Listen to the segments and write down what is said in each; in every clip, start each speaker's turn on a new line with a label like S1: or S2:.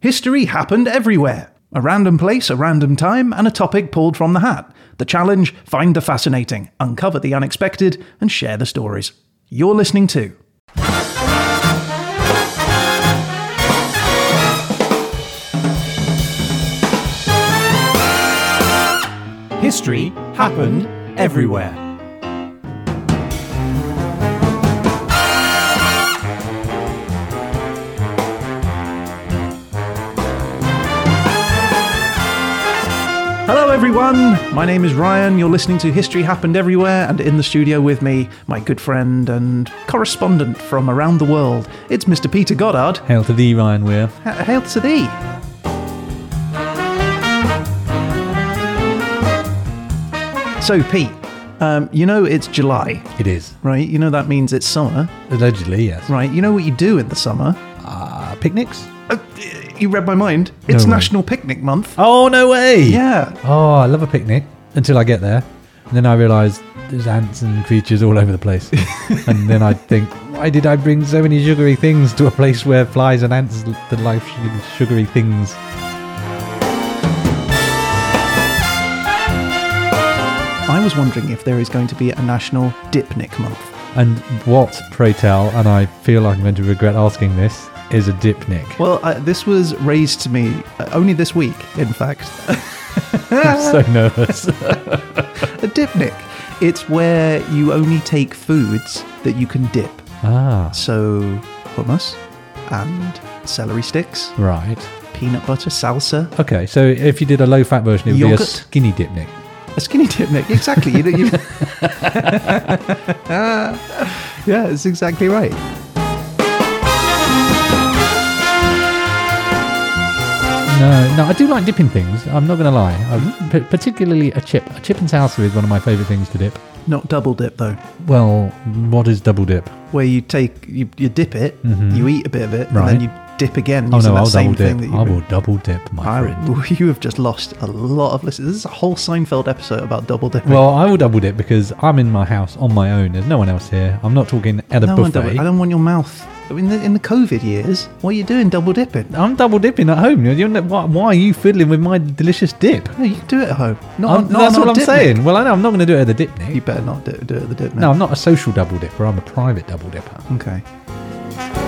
S1: History happened everywhere. A random place, a random time, and a topic pulled from the hat. The challenge find the fascinating, uncover the unexpected, and share the stories. You're listening to History Happened Everywhere. Hello, everyone. My name is Ryan. You're listening to History Happened Everywhere, and in the studio with me, my good friend and correspondent from around the world, it's Mr. Peter Goddard.
S2: Hail to thee, Ryan Weir.
S1: H- hail to thee. So, Pete, um, you know it's July,
S2: It is.
S1: right? You know that means it's summer,
S2: Allegedly, yes.
S1: right? You know what you do in the summer?
S2: Uh, picnics?
S1: Uh, you read my mind. It's
S2: way.
S1: National Picnic Month.
S2: Oh, no way!
S1: Yeah.
S2: Oh, I love a picnic until I get there. And then I realise there's ants and creatures all over the place. and then I think, why did I bring so many sugary things to a place where flies and ants the life sh- sugary things?
S1: I was wondering if there is going to be a National Dipnic Month.
S2: And what, pray tell, and I feel like I'm going to regret asking this, is a dipnick.
S1: Well, uh, this was raised to me uh, only this week, in fact.
S2: I'm so nervous.
S1: a dipnic. It's where you only take foods that you can dip.
S2: ah,
S1: So, hummus and celery sticks,
S2: right.
S1: peanut butter, salsa,
S2: Okay, so if you did a low fat version, it would
S1: Yogurt?
S2: be a skinny dipnick.
S1: a skinny dipnic. Exactly. you, you... yeah, it's exactly right.
S2: No, no, I do like dipping things. I'm not going to lie. I, p- particularly a chip. A chip and salsa is one of my favourite things to dip.
S1: Not double dip, though,
S2: Well, what is double dip?
S1: where you take, you, you dip it, you eat a bit of it,
S2: Mm-hmm. Right.
S1: and then you dip again
S2: Oh
S1: using
S2: no,
S1: that
S2: I'll
S1: same
S2: double
S1: thing
S2: dip.
S1: that you
S2: I will double dip, my
S1: I,
S2: friend.
S1: you have just lost a lot of listeners. This is a whole Seinfeld episode about double dipping.
S2: Well, I will double dip because I'm in my house on my own. There's no one else here. I'm not talking at a
S1: no one
S2: buffet.
S1: double, I don't want your mouth. In the, in the COVID years, what are you doing double dipping?
S2: I'm double dipping at home. You're not, why, why are you fiddling with my delicious dip?
S1: No, you can do it at home. Not,
S2: I'm,
S1: not
S2: Um, that's
S1: on
S2: what
S1: a
S2: I'm
S1: dip,
S2: saying. Well, I know I'm not going to do it at the dip
S1: mate. You
S2: nick.
S1: better not do, do it at the dip.
S2: No, I'm not a social double dipper. I'm a private double dipper.
S1: mate. Okay.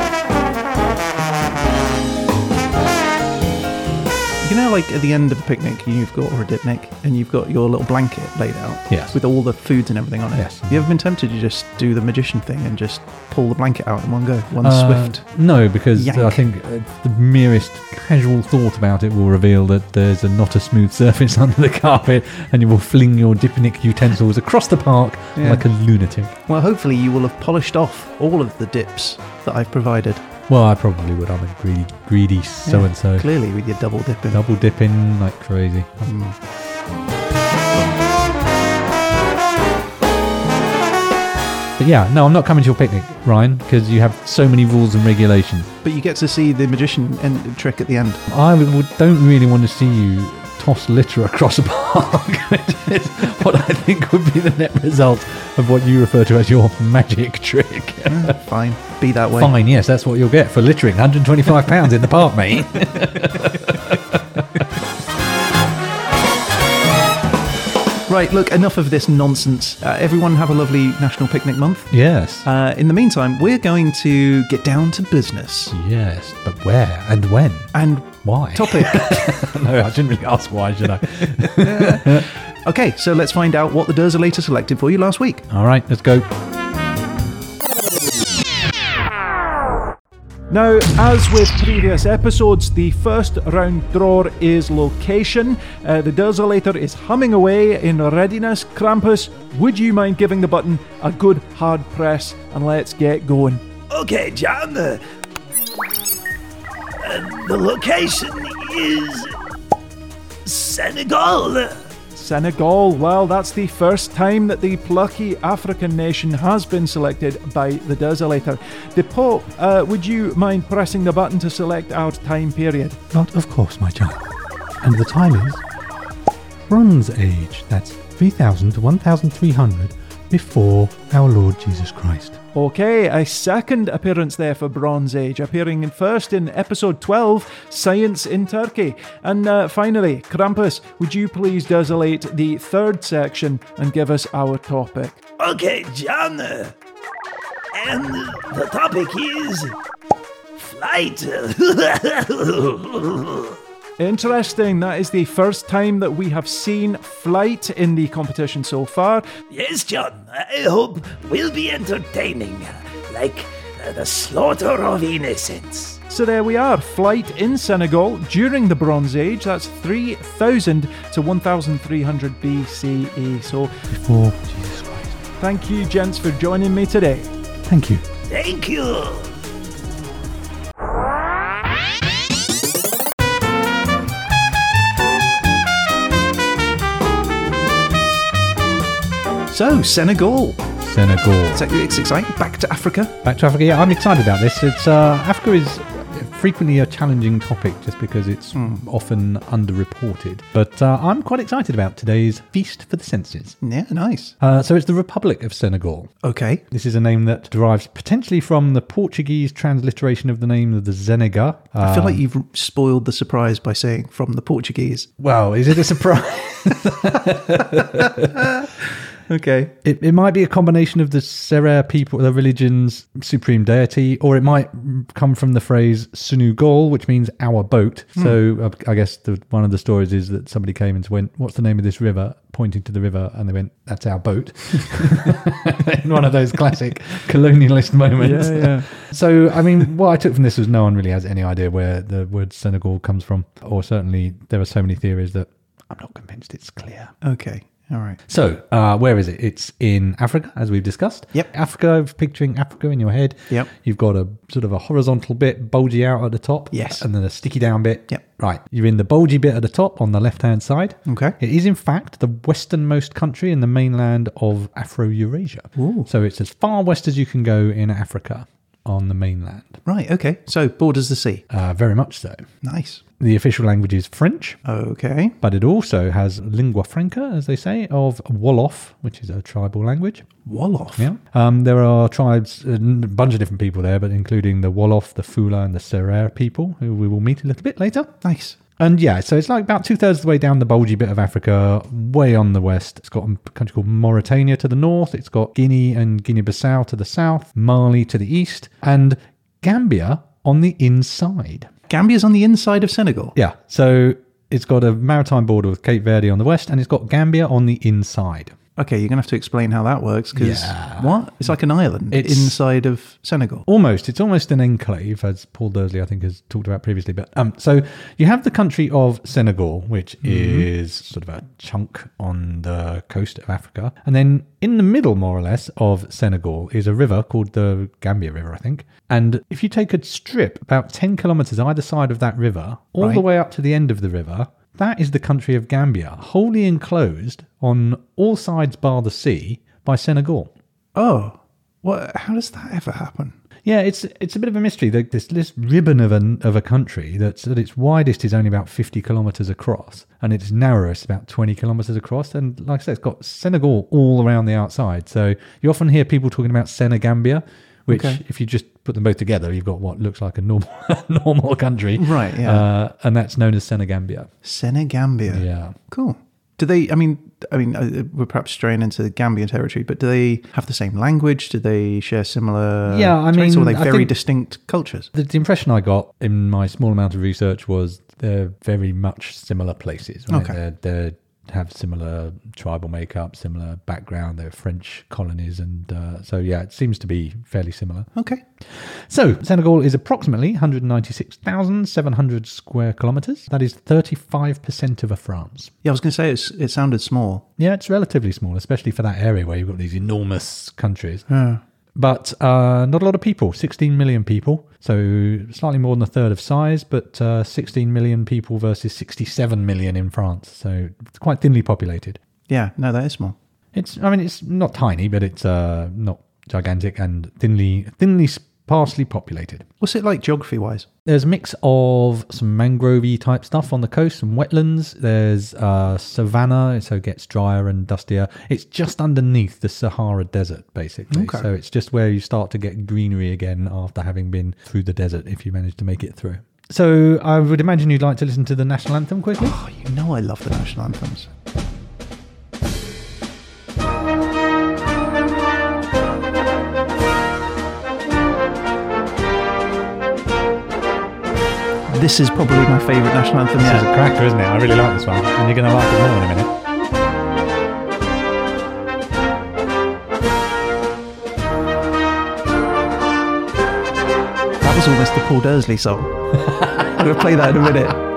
S1: You know, like at the end of a picnic, you've got, or a dipnic, and you've got your little blanket laid out
S2: Yes.
S1: with all the foods and everything on it.
S2: Yes.
S1: You ever been tempted to just do the magician thing and just pull the blanket out in one go, one
S2: Uh,
S1: swift?
S2: No, because
S1: Yank.
S2: I think uh, the merest casual thought about it will reveal that there's a not a smooth surface under the carpet, and you will fling your dipnic utensils across the park
S1: Yeah.
S2: like a lunatic.
S1: Well, hopefully, you will have polished off all of the dips that I've provided.
S2: Well, I probably would. I'm a greedy, greedy so and so.
S1: Clearly, with your double dipping. Hmm.
S2: Double dipping like crazy. But yeah, no, I'm not coming to your picnic, Ryan, because you have so many rules and regulations.
S1: But you get to see the magician end- trick at the end.
S2: I w- w- don't really want to see you toss litter across a park, which is what I think would be the net result of what you refer to as your magic trick.
S1: Eh, Fine, be that way.
S2: Fine, yes, that's what you'll get for littering. £125 in the park, mate.
S1: Right, look, enough of this nonsense. Uh, everyone, have a lovely National Picnic Month.
S2: Yes.
S1: Uh, in the meantime, we're going to get down to business
S2: yes, but where and when?
S1: and
S2: Why?
S1: topic.
S2: no, I shouldn't really ask why, should I?
S1: okay, so let's find out what the Dersolator selected for you last week.
S2: All right, let's go.
S3: Now, as with previous episodes, the first round drawer is location. Uh, the Dersolator is humming away in readiness. Krampus, would you mind giving the button a good hard press and let's get going?
S4: Okay, John, the, uh, the location is Senegal.
S3: Senegal, well, that's the first time that the plucky African nation has been selected by the Desolator. The Pope, uh, would you mind pressing the button to select our time period?
S2: But of course, my child. And the time is Bronze Age. That's 3000 to 1300 before our Lord Jesus Christ.
S3: Okay, a second appearance there for Bronze Age, appearing in first in episode 12, Science in Turkey. And uh, finally, Krampus, would you please desolate the third section and give us our topic?
S4: Okay, John. uh, And the topic is flight.
S3: Interesting, that is the first time that we have seen flight in the competition so far.
S4: yes, John. I hope we'll be entertaining, like uh, the slaughter of innocents.
S3: So there we are, flight in Senegal during the Bronze Age. That's 3000 to 1300 BCE. E. So
S2: Before Oh, Jesus Christ.
S3: thank you, gents, for joining me today.
S2: Thank you.
S4: Thank you.
S1: So, Senegal.
S2: Senegal.
S1: It's, it's exciting. Back to Africa.
S2: Back to Africa. Yeah, I'm excited about this. It's uh, Africa is frequently a challenging topic just because it's
S1: Hmm.
S2: often underreported. But uh, I'm quite excited about today's feast for the senses.
S1: Yeah, nice.
S2: Uh, so it's the Republic of Senegal.
S1: Okay.
S2: This is a name that derives potentially from the Portuguese transliteration of the name of the Zenega. Uh,
S1: I feel like you've spoiled the surprise by saying from the Portuguese.
S2: well, is it a surprise?
S1: Okay.
S2: It, it might be a combination of the Serere people, the religion's supreme deity, or it might come from the phrase Sunugol, which means our boat. So uh, I I guess the, one of the stories is that somebody came and went, What's the name of this river? Pointing to the river, and they went, That's our boat. In one of those classic colonialist moments. So, I mean, what I took from this was no one really has any idea where the word Senegal comes from, or certainly there are so many theories that I'm not convinced it's clear.
S1: Okay. All right.
S2: So, uh, where is it? It's in Africa, as we've discussed.
S1: Yep.
S2: Africa, if picturing Africa in your head.
S1: Yep.
S2: You've got a sort of a horizontal bit, bulgy out at the top.
S1: Yes.
S2: And then a sticky down bit.
S1: Yep.
S2: Right. You're in the bulgy bit at the top on the left hand side.
S1: Okay.
S2: It is, in fact, the westernmost country in the mainland of Afro Eurasia. So, it's as far west as you can go in Africa on the mainland.
S1: Right. Okay. So, borders the sea.
S2: Uh, very much so.
S1: Nice.
S2: The official language is French
S1: Okay.
S2: but it also has lingua franca, as they say, of Wolof, which is a tribal language.
S1: Wolof.
S2: Yeah. Um, there are tribes, a n- bunch of different people there, but including the Wolof, the Fula, and the Serere people, who we will meet a little bit later.
S1: Nice.
S2: And yeah, so it's like about two thirds of the way down the bulgy bit of Africa, way on the west. It's got a country called Mauritania to the north. It's got Guinea and Guinea Bissau to the south, Mali to the east, and Gambia on the inside.
S1: Gambia's on the inside of Senegal.
S2: Yeah. So it's got a maritime border with Cape Verde on the west, and it's got Gambia on the inside.
S1: Okay, you're gonna have to explain how that works because
S2: Yeah.
S1: what? It's like an island
S2: It's-
S1: inside of Senegal.
S2: Almost, it's almost an enclave, as Paul Dursley, I think, has talked about previously. But um, so you have the country of Senegal, which is sort of a chunk on the coast of Africa, and then in the middle, more or less, of Senegal is a river called the Gambia River, I think. And if you take a strip about ten kilometers either side of that river, all the
S1: Right.
S2: way up to the end of the river, That is the country of Gambia, wholly enclosed on all sides bar the sea by Senegal.
S1: Oh, what? How does that ever happen?
S2: Yeah, it's it's a bit of a mystery. Like this, this ribbon of an of a country that's at its widest is only about fifty kilometers across, and its narrowest about twenty kilometers across. And like I said, it's got Senegal all around the outside. So you often hear people talking about Senegambia, which
S1: Okay.
S2: if you just put them both together, you've got what looks like a normal normal country,
S1: Right, yeah.
S2: uh, and that's known as Senegambia.
S1: Senegambia.
S2: Yeah.
S1: Cool. Do they? I mean, I mean, uh, we're perhaps straying into Gambian territory, but do they have the same language? Do they share similar?
S2: Yeah, I
S1: traits, or are
S2: mean,
S1: they
S2: I
S1: very
S2: think-
S1: distinct cultures.
S2: The, the impression I got in my small amount of research was they're very much similar places. Right?
S1: Okay.
S2: They're, they're have similar tribal makeup, similar background. They're French colonies, and uh, so yeah, it seems to be fairly similar.
S1: Okay.
S2: So Senegal is approximately 196,700 square kilometers. That is 35% of a France.
S1: Yeah, I was going to say it's, it sounded small.
S2: Yeah, it's relatively small, especially for that area where you've got these enormous countries. But uh, not a lot of people, 16 million people. So slightly more than a third of size, but uh, 16 million people versus 67 million in France. So it's quite thinly populated.
S1: Yeah. No, that is small.
S2: It's, I mean, it's not tiny, but it's uh, not gigantic and thinly, thinly s- sparsely populated.
S1: What's it like geography wise?
S2: There's a mix of some mangrovey type stuff on the coast, some wetlands. There's uh, savanna, so it gets drier and dustier. It's just underneath the Sahara Desert, basically.
S1: Okay.
S2: So it's just where you start to get greenery again after having been through the desert, if you manage to make it through. So I would imagine you'd like to listen to the national anthem quickly.
S1: Oh, you know I love the national anthems. This is probably my favourite national anthem
S2: This
S1: yet.
S2: is a cracker, isn't it? I really like this one, and you're going to like it more in a minute.
S1: That was almost the Paul Dursley song. I'm going to play that in a minute.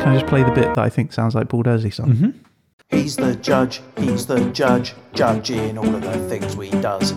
S1: Can I just play the bit that I think sounds like Paul Dursley song?
S5: He's the judge, he's the judge, judging all of the things we does.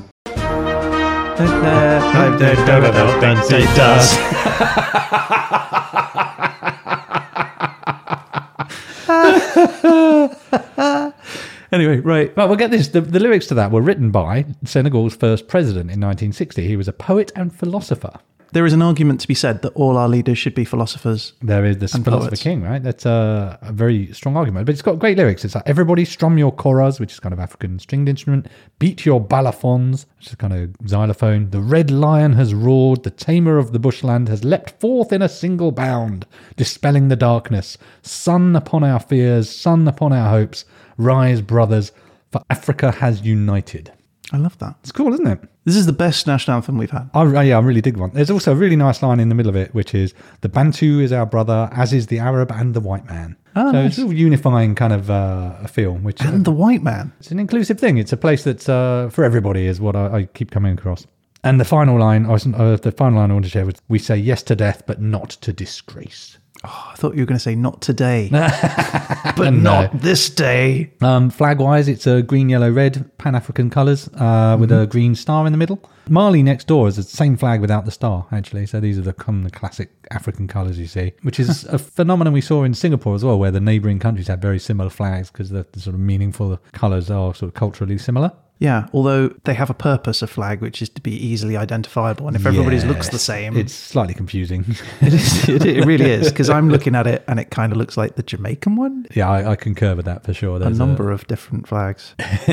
S1: Anyway, right.
S2: Well, we'll get this. The, the lyrics to that were written by Senegal's first president in 1960. He was a poet and philosopher.
S1: There is an argument to be said that all our leaders should be philosophers.
S2: There is the philosopher
S1: poets.
S2: king, right? That's a, a very strong argument, but it's got great lyrics. It's like everybody strum your koras, which is kind of African stringed instrument, beat your balafons, which is kind of xylophone. The red lion has roared. The tamer of the bushland has leapt forth in a single bound, dispelling the darkness. Sun upon our fears, sun upon our hopes. Rise, brothers, for Africa has united.
S1: I love that.
S2: It's cool, isn't it?
S1: This is the best national anthem we've had.
S2: I, I- yeah, I really dig one. There's also a really nice line in the middle of it, which is the Bantu is our brother, as is the Arab and the white man. so it's a unifying kind of uh, a feel, which
S1: And the white man.
S2: it's an inclusive thing. It's a place that's uh, for everybody, is what I, I keep coming across. And the final line, I was, uh, the final line I want to share was, "We say yes to death, but not to disgrace."
S1: Oh, I thought you were going to say not today, but
S2: No.
S1: not this day.
S2: Um, flag wise, it's a green, yellow, red, Pan African colours uh, with a green star in the middle. Mali next door is the same flag without the star, actually. So these are the, come the classic African colours you see, which is a phenomenon we saw in Singapore as well, where the neighbouring countries had very similar flags because the, the sort of meaningful colours are sort of culturally similar.
S1: Yeah, although they have a purpose of flag, which is to be easily identifiable. And if everybody's looks the
S2: Yes,
S1: same,
S2: It's slightly confusing.
S1: it, is, it, it really is. Because I'm looking at it and it kind of looks like the Jamaican one.
S2: yeah, I, I concur with that for sure.
S1: A
S2: There's
S1: number of different flags.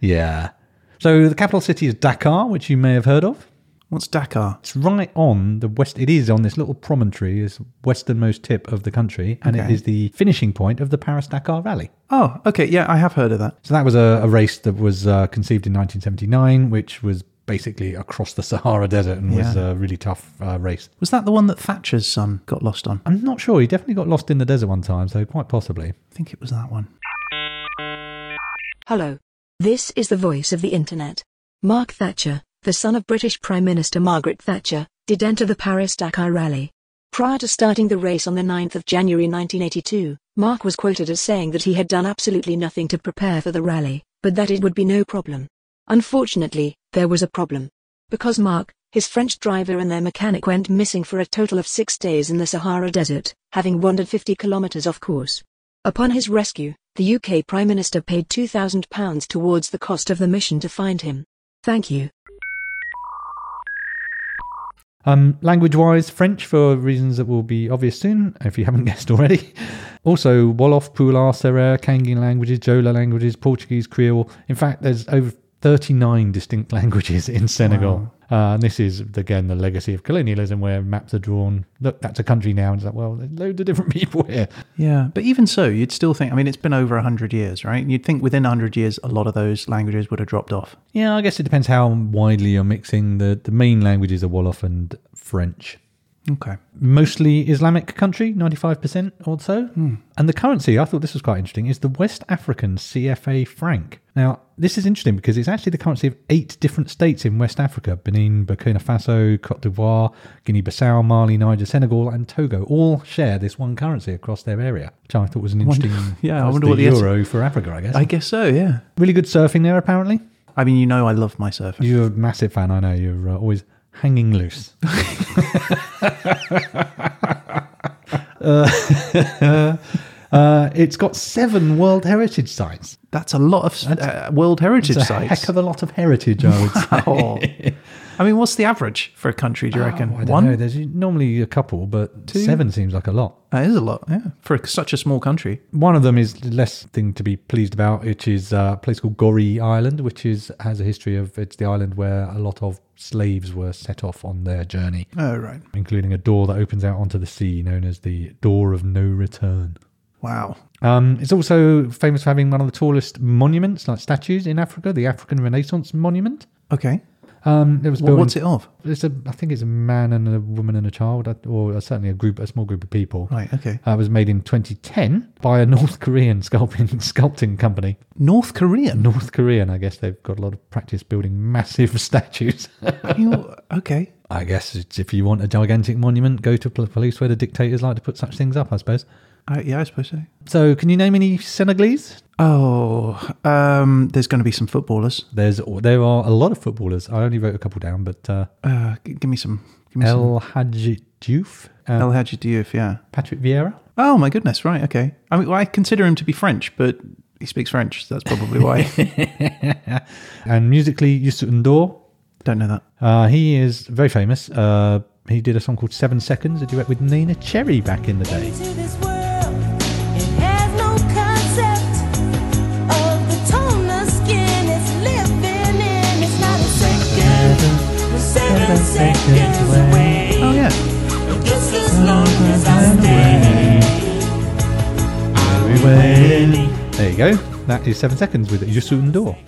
S2: yeah. So the capital city is Dakar, which you may have heard of.
S1: What's Dakar?
S2: It's right on the west. It is on this little promontory, this westernmost tip of the country, and it
S1: Okay.
S2: is the finishing point of the Paris Dakar Rally.
S1: Oh, okay. Yeah, I have heard of that.
S2: So that was a, a race that was uh, conceived in 1979, which was basically across the Sahara Desert and was
S1: Yeah.
S2: a really tough uh, race.
S1: Was that the one that Thatcher's son got lost on? I
S2: I'm not sure. He definitely got lost in the desert one time, so quite possibly.
S1: think it was that one.
S6: Hello. This is the voice of the internet. Mark Thatcher, the son of British Prime Minister Margaret Thatcher, did enter the Paris Dakar rally. Prior to starting the race on the 9th of January 1982, Mark was quoted as saying that he had done absolutely nothing to prepare for the rally, but that it would be no problem. Unfortunately, there was a problem. Because Mark, his French driver and their mechanic went missing for a total of six days in the Sahara Desert, having wandered 50 kilometers off course. Upon his rescue, the UK Prime Minister paid £2,000 towards the cost of the mission to find him. Thank you.
S2: Um, language wise, French for reasons that will be obvious soon, if you haven't guessed already. also, Wolof, Pular, Serere, Kangin languages, Jola languages, Portuguese, Creole. In fact, there's over 39 distinct languages in Senegal. Uh, and this is, again, the legacy of colonialism where maps are drawn. Look, that's a country now. And it's like, well, there's loads of different people here.
S1: Yeah, but even so, you'd still think. I mean, it's been over hundred years, right? You'd think within hundred years, a lot of those languages would have dropped off.
S2: Yeah, I guess it depends how widely you're mixing. The, the main languages are Wolof and French.
S1: Okay.
S2: mostly Islamic country, 95% or so.
S1: Hmm.
S2: And the currency, I thought this was quite interesting, is the West African CFA franc. Now, this is interesting because it's actually the currency of eight different states in West Africa Benin, Burkina Faso, Cote d'Ivoire, Guinea Bissau, Mali, Niger, Senegal, and Togo all share this one currency across their area, which I thought was an interesting.
S1: yeah, I
S2: that's
S1: wonder
S2: the
S1: what the-
S2: euro for Africa, I guess.
S1: I guess so. Yeah.
S2: really good surfing there, apparently.
S1: I mean, you know, I love my surfing.
S2: You're a massive fan, I know. You're uh, always hanging loose. Uh, Uh, it's got seven World Heritage Sites.
S1: That's a lot of uh, World Heritage
S2: It's a
S1: sites.
S2: heck of a lot of heritage, I would say.
S1: Oh. I mean, what's the average for a country, do you reckon?
S2: Oh, I don't
S1: One?
S2: know. There's normally a couple, but seven seems like a lot.
S1: That is a lot, yeah, for such a small country.
S2: One of them is less thing to be pleased about, which is uh, a place called Goree Island, which is has a history of it's the island where a lot of slaves were set off on their journey,
S1: Oh, right.
S2: including a door that opens out onto the sea known as the Door of No Return.
S1: Wow.
S2: Um, it's also famous for having one of the tallest monuments, like statues in Africa, the African Renaissance Monument.
S1: Okay.
S2: Um, it was
S1: Well,
S2: built.
S1: what's it of?
S2: It's a, I think it's a man and a woman and a child, uh, or certainly a group, a small group of people.
S1: Right, okay.
S2: Uh, it was made in 2010 by a North Korean sculpting sculpting company.
S1: North Korean?
S2: North Korean, I guess they've got a lot of practice building massive statues.
S1: You- okay.
S2: I guess it's if you want a gigantic monument, go to a place where the dictators like to put such things up, I suppose.
S1: I, Uh, yeah, I suppose so.
S2: So, can you name any Senegalese?
S1: Oh, um, there's going to be some footballers.
S2: There's there are a lot of footballers. I only wrote a couple down, but uh,
S1: Uh, g- give me some. Give me some.
S2: El Hadji Diouf, uh,
S1: El Hadji Diouf, yeah.
S2: Patrick Vieira.
S1: Oh, my goodness. Right, okay. I mean, well, I consider him to be French, but he speaks French. So that's probably why.
S2: And musically, Youssou N'Dour.
S1: Don't know that.
S2: Uh, he is very famous. Uh, he did a song called Seven Seconds, a duet with Nina Cherry back in the day.
S7: to this world. It has no concept of the tone of skin it's living in. It's not a second, we're seven seconds away.
S1: Oh, yeah.
S7: Just as long as I stay.
S2: There you go. That is Seven Seconds with Youssou N'Dour.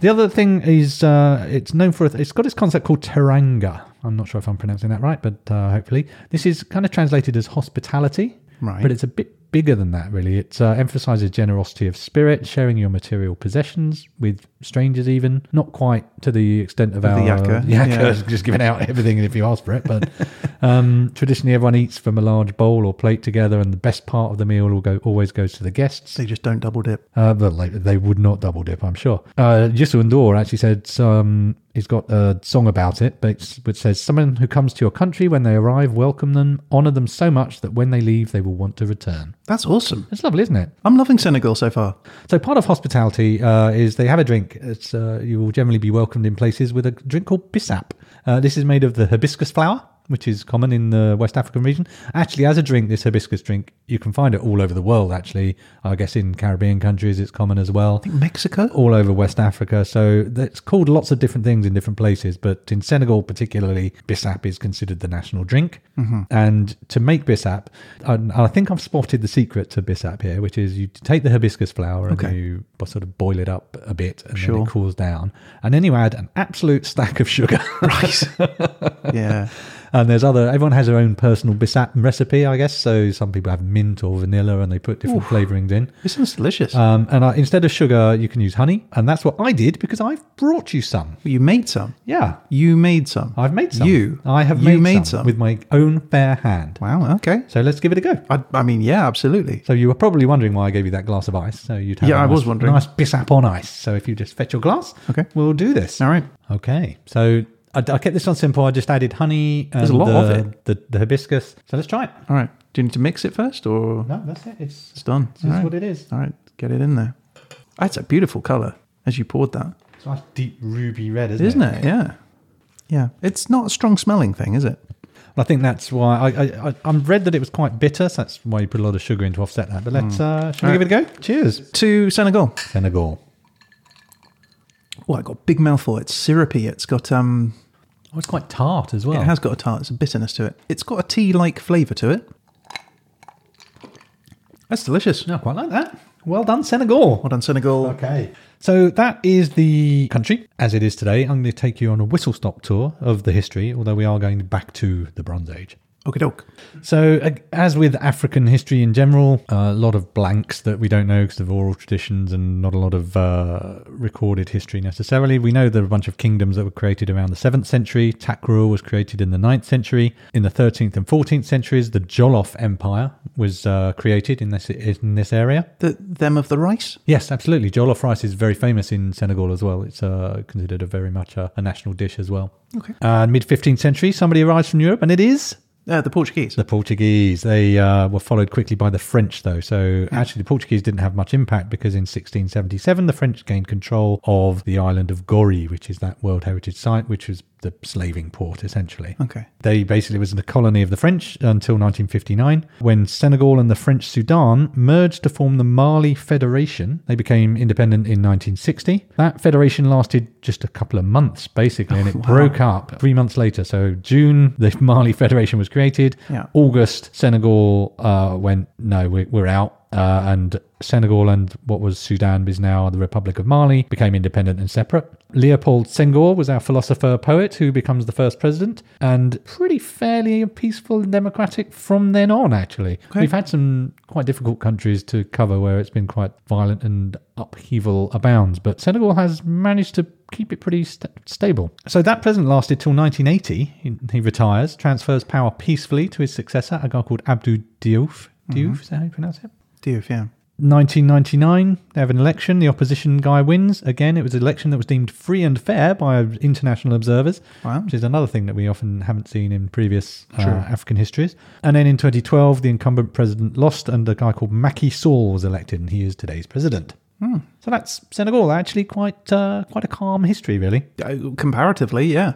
S2: The other thing is uh, it's known for it's got this concept called teranga. I'm not sure if I'm pronouncing that right, but uh, hopefully this is kind of translated as hospitality.
S1: Right.
S2: But it's a bit bigger than that, really. It uh, emphasizes generosity of spirit, sharing your material possessions with strangers, even not quite to the extent of our
S1: yakka,
S2: yakka's
S1: yeah.
S2: just giving out everything if you ask for it. But um, traditionally, everyone eats from a large bowl or plate together, and the best part of the meal will go always goes to the guests.
S1: They just don't double dip.
S2: Uh, but like they would not double dip, I'm sure. Uh, Yusu Ndor actually said um, he's got a song about it, but it's, which says someone who comes to your country when they arrive, welcome them, honor them so much that when they leave, they will want to return.
S1: That's awesome.
S2: It's lovely, isn't it?
S1: I'm loving Senegal so far.
S2: So part of hospitality uh, is they have a drink. It's uh, you will generally be welcomed in places with a drink called bisap. Uh, this is made of the hibiscus flower, which is common in the West African region. Actually, as a drink, this hibiscus drink you can find it all over the world. Actually, I guess in Caribbean countries it's common as well
S1: Mexico?
S2: all over West Africa. So it's called lots of different things in different places, but in Senegal, particularly, bissap is considered the national drink.
S1: Mm-hmm.
S2: And to make bissap, and I think I've spotted the secret to bissap here, which is you take the hibiscus flower and
S1: Okay.
S2: you bo- sort of boil it up a bit, and then
S1: Sure.
S2: it cools down, and then you add an absolute stack of sugar. Right.
S1: Yeah.
S2: and there's other. Everyone has their own personal bissap recipe, I guess. So some people have mint or vanilla, and they put different flavorings in.
S1: This sounds delicious.
S2: Um, and I, instead of sugar, you can use honey. And that's what I did because I've brought you some.
S1: you made some.
S2: Yeah.
S1: You made some.
S2: I've made some.
S1: You.
S2: I have
S1: you
S2: made,
S1: made
S2: some,
S1: some.
S2: with my own bare hand.
S1: wow. Okay.
S2: So let's give it a go.
S1: I, I mean, yeah, absolutely.
S2: So you were probably wondering why I gave you that glass of ice. So you'd have
S1: Yeah,
S2: a
S1: I
S2: nice,
S1: was wondering.
S2: nice bisap on ice. So if you just fetch your glass,
S1: Okay.
S2: we'll do this.
S1: All right.
S2: Okay. So I, I kept this one simple. I just added honey. There's
S1: a lot
S2: the,
S1: of
S2: The, the hibiscus. So let's try it.
S1: All right. Do you need to mix it first or?
S2: No, that's it. It's
S1: It's done.
S2: This is what it is.
S1: All right. Get it in there. That's a beautiful colour as you poured that,
S2: it's a nice deep ruby red, isn't,
S1: isn't it? Yeah. Yeah. It's not a strong smelling thing, is it?
S2: I think that's why I, I, I I'm read that it was quite bitter, so that's why you put a lot of sugar in to offset that. But
S1: Hmm.
S2: let's uh, shall we give it a go? Cheers,
S1: To Senegal.
S2: Senegal.
S1: Oh, I got a big mouthful. It's syrupy. It's got um,
S2: Oh, it's quite tart as well.
S1: it has got a tart. It's a bitterness to it. It's got a tea-like flavour to it. That's delicious.
S2: I quite like that. Well done, Senegal.
S1: Well done, Senegal.
S2: Okay. So that is the country as it is today. I'm going to take you on a whistle stop tour of the history, although we are going back to the Bronze Age.
S1: Okie doke.
S2: So, uh, as with African history in general, a lot of blanks that we don't know because of oral traditions and not a lot of uh, recorded history necessarily. We know there are a bunch of kingdoms that were created around the 7th century. Takrur was created in the 9th century. In the 13th and 14th centuries, the Jollof Empire was uh, created in this, in this area.
S1: The them of the rice.
S2: Yes, absolutely. Jollof rice is very famous in Senegal as well. It's uh, considered a very much a, a national dish as well.
S1: Okay.
S2: Uh, Mid 15th century, somebody arrives from Europe, and it is
S1: Uh, the Portuguese.
S2: The Portuguese. They uh, were followed quickly by the French, though. So actually, the Portuguese didn't have much impact because in 1677, the French gained control of the island of Gori, which is that World Heritage Site, which was the slaving port, essentially.
S1: Okay.
S2: They basically was in a colony of the French until 1959, when Senegal and the French Sudan merged to form the Mali Federation. They became independent in 1960. That federation lasted just a couple of months, basically, and it broke up three months later. So June, the Mali Federation was created.
S1: Yeah.
S2: August, Senegal uh, went, no, we're, we're out. Uh, and Senegal and what was Sudan is now the Republic of Mali became independent and separate. Leopold Senghor was our philosopher poet who becomes the first president and pretty fairly peaceful and democratic from then on, actually. We've had some quite difficult countries to cover where it's been quite violent and upheaval abounds, but Senegal has managed to keep it pretty st- stable. So that president lasted till 1980. He, he retires, transfers power peacefully to his successor, a guy called Abdou Diouf. Diouf, is that how you pronounce it?
S1: Diouf, yeah.
S2: 1999, they have an election. The opposition guy wins. Again, it was an election that was deemed free and fair by international observers,
S1: Wow.
S2: which is another thing that we often haven't seen in previous uh, African histories. And then in 2012, the incumbent president lost, and a guy called Macky Sall was elected, and he is today's president. So that's Senegal. Actually, quite uh, quite a calm history, really.
S1: Uh, comparatively, yeah.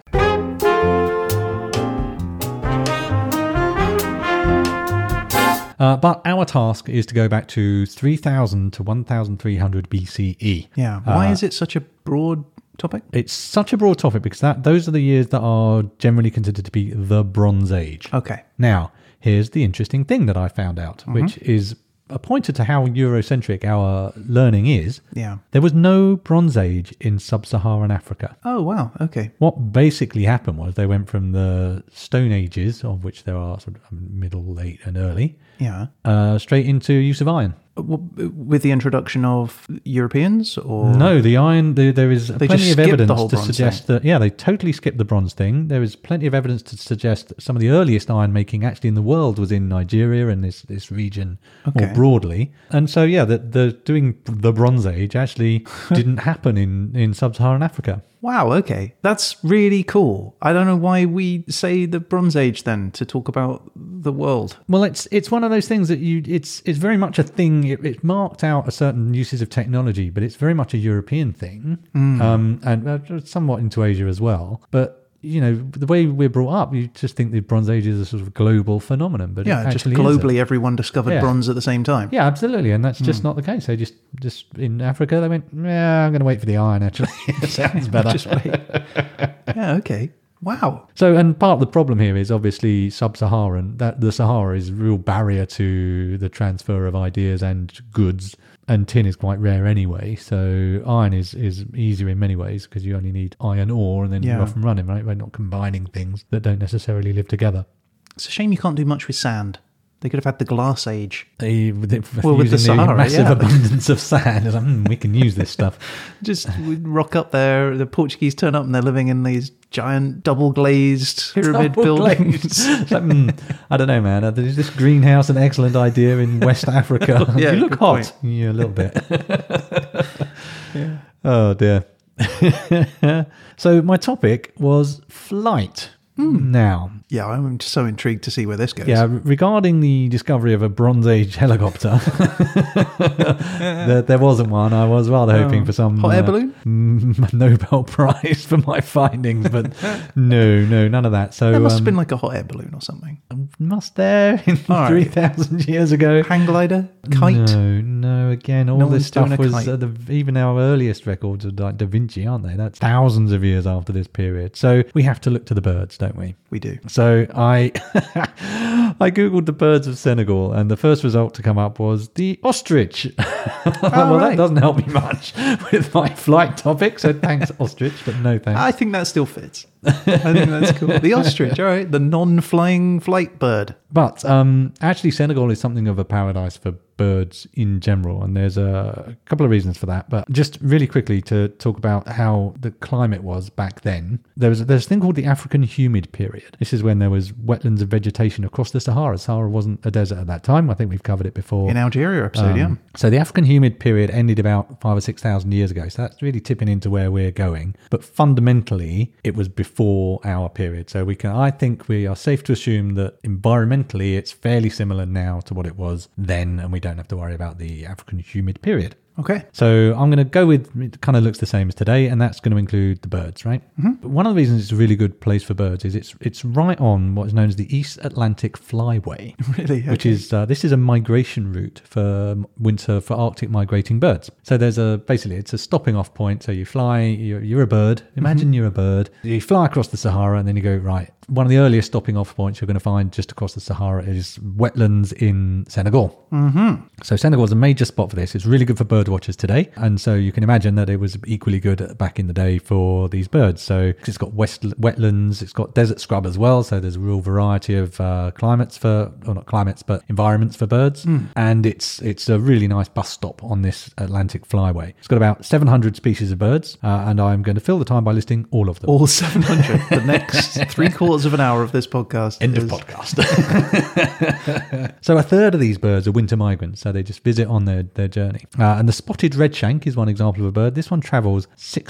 S2: Uh, but our task is to go back to 3000 to 1300 BCE.
S1: Yeah. Why is it such a broad topic?
S2: E. Uh, It's such a broad topic because that those are the years that are generally considered to be the Bronze Age.
S1: Okay. Mm-hmm.
S2: Now, here's the interesting thing that I found out, which is a pointer to how Eurocentric our learning is.
S1: Yeah.
S2: There was no Bronze Age in sub-Saharan Africa.
S1: Oh, wow. Okay.
S2: What basically happened was they went from the Stone Ages, of which there are sort of middle, late, and early,
S1: Yeah.
S2: uh, straight into use of iron.
S1: Uh, W- With the introduction of Europeans or
S2: No, the iron. The, there is plenty
S1: just
S2: of
S1: skipped the
S2: evidence
S1: whole
S2: to
S1: bronze
S2: suggest that yeah, they totally skipped the bronze thing. There is plenty of evidence to suggest that some of the earliest iron making actually in the world was in Nigeria and this this region
S1: Okay.
S2: more broadly. And so yeah, the, the doing the Bronze Age actually didn't happen in in sub-Saharan Africa.
S1: Wow, okay. That's really cool. I don't know why we say the Bronze Age then to talk about the world.
S2: Well, it's it's one of those things that you it's it's very much a thing. It, it marked out a certain uses of technology, but it's very much a European thing,
S1: Mm.
S2: um, and uh, somewhat into Asia as well. But you know, the way we're brought up, you just think the Bronze Age is a sort of global phenomenon, but
S1: Yeah,
S2: it
S1: just
S2: actually isn't.
S1: globally, Mm. everyone discovered
S2: Yeah.
S1: bronze at the same time.
S2: Yeah, absolutely, and that's just not the case. They just just in Africa, they went, yeah, I'm going to wait for the iron. Actually, it sounds better.
S1: Just wait. yeah, okay. Wow.
S2: So, and part of the problem here is obviously sub-Saharan. That the Sahara is a real barrier to the transfer of ideas and goods, and tin is quite rare anyway. So, iron is is easier in many ways because you only need iron ore, and then
S1: Yeah.
S2: you're off and running, right? By not combining things that don't necessarily live together.
S1: It's a shame you can't do much with sand. They could have had the Glass Age.
S2: They, they,
S1: Well, with the
S2: using
S1: Sahara,
S2: massive
S1: yeah.
S2: abundance of sand, it's like, "Hmm, we can use this stuff.
S1: Just we rock up there, the Portuguese turn up and they're living in these giant double glazed pyramid
S2: Double
S1: buildings.
S2: glazed. It's like, hmm, I don't know, man. Is this greenhouse an excellent idea in West Africa?
S1: Yeah,
S2: you look
S1: good
S2: hot. Yeah, a little bit. Oh, dear. so, my topic was flight.
S1: Hmm.
S2: Now,
S1: yeah, I'm so intrigued to see where this goes.
S2: yeah, regarding the discovery of a Bronze Age helicopter, there, there wasn't one. I was rather hoping for some
S1: Oh. Hot air
S2: uh,
S1: balloon?
S2: mm, Nobel Prize for my findings, but no, no, none of that. So
S1: There must have
S2: um,
S1: been like a hot air balloon or something.
S2: must there in
S1: All right.
S2: 3000 years ago
S1: Hang glider? Kite?
S2: no no again all
S1: No
S2: this
S1: one's doing
S2: stuff
S1: a
S2: was
S1: kite.
S2: uh, the, even our earliest records are like da vinci aren't they that's thousands of years after this period so we have to look to the birds don't we
S1: We do.
S2: so i i googled the birds of senegal and the first result to come up was the ostrich well
S1: right.
S2: that doesn't help me much with my flight topic so thanks ostrich but no thanks
S1: I think that still fits. I think that's cool. The ostrich, all right, the non-flying flight bird.
S2: But um, actually, Senegal is something of a paradise for birds in general. And there's a couple of reasons for that. But just really quickly to talk about how the climate was back then, there was there's a thing called the African humid period. This is when there was wetlands and vegetation across the Sahara. Sahara wasn't a desert at that time. I think we've covered it before.
S1: In Algeria episode, yeah.
S2: So the African humid period ended about five or six thousand years ago. So that's really tipping into where we're going. But fundamentally, it was before our period. So we can, I think, we are safe to assume that environmentally, it's fairly similar now to what it was then, and we don't have to worry about the African humid period.
S1: Okay.
S2: So I'm going to go with it kind of looks the same as today, and that's going to include the birds, right? But one of the reasons it's a really good place for birds is it's it's right on what is known as the East Atlantic Flyway,
S1: Really?
S2: which
S1: Okay.
S2: is uh, this is a migration route for um, winter for Arctic migrating birds. So there's a basically it's a stopping off point. So you fly, you're, you're a bird. Imagine you're a bird. You fly across the Sahara, and then you go right. One of the earliest stopping off points you're going to find just across the Sahara is wetlands in Senegal. So Senegal is a major spot for this. It's really good for bird watchers today, and so you can imagine that it was equally good back in the day for these birds. So 'cause it's got west wetlands, it's got desert scrub as well. So there's a real variety of uh, climates for, or not climates, but environments for birds. And it's it's a really nice bus stop on this Atlantic flyway. It's got about 700 species of birds, uh, and I'm going to fill the time by listing all of them.
S1: All 700. the next three quarters of an hour of this podcast.
S2: End of
S1: is-
S2: podcast. so a third of these birds are winter migrants, so they just visit on their, their journey. Uh, and the spotted redshank is one example of a bird. This one travels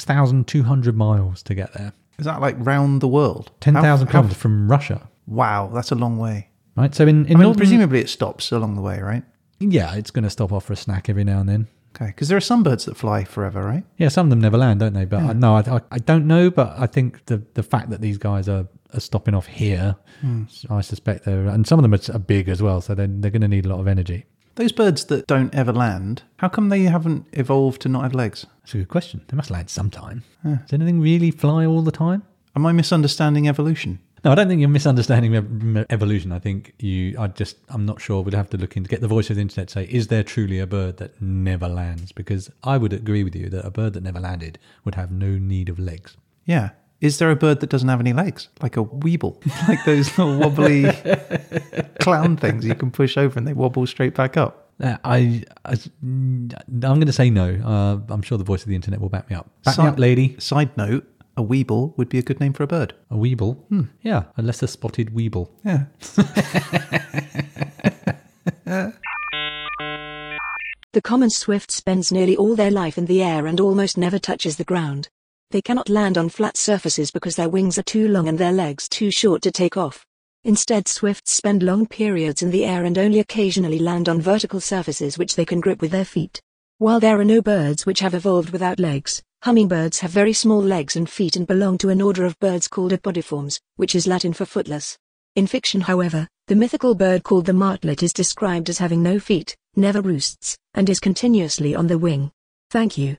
S2: 6,200 miles to get there.
S1: Is that like round the world? How-
S2: 10,000
S1: how-
S2: kilometers from Russia.
S1: Wow, that's a long way.
S2: Right, so in, in
S1: I mean,
S2: northern,
S1: presumably it stops along the way, right?
S2: yeah, it's going to stop off for a snack every now and then.
S1: Okay, because there are some birds that fly forever, right?
S2: Yeah, some of them never land, don't they? But I, no, I, I, I don't know. But I think the the fact that these guys are, are stopping off here,
S1: Hmm.
S2: I suspect they're, and some of them are, are big as well, so they're, they're going to need a lot of energy.
S1: Those birds that don't ever land, how come they haven't evolved to not have legs?
S2: That's a good question. They must land sometime. Does anything really fly all the time?
S1: Am I misunderstanding evolution?
S2: No, I don't think you're misunderstanding ev- m- evolution. I think you, I just, I'm not sure. We'd have to look into get the voice of the internet. to Say, is there truly a bird that never lands? Because I would agree with you that a bird that never landed would have no need of legs.
S1: Yeah. Is there a bird that doesn't have any legs? Like a weeble? like those little wobbly clown things you can push over and they wobble straight back up?
S2: Uh, I, I, am going to say no. Uh, I'm sure the voice of the internet will back me up. Back me
S1: Side-
S2: up, lady.
S1: Side note, a weeble would be a good name for a bird.
S2: A weeble. Yeah, unless a spotted weeble.
S1: Yeah.
S6: The common swift spends nearly all their life in the air and almost never touches the ground. They cannot land on flat surfaces because their wings are too long and their legs too short to take off. Instead, swifts spend long periods in the air and only occasionally land on vertical surfaces which they can grip with their feet. While there are no birds which have evolved without legs, hummingbirds have very small legs and feet and belong to an order of birds called apodiforms, which is Latin for footless. In fiction, however, the mythical bird called the martlet is described as having no feet, never roosts, and is continuously on the wing. Thank you.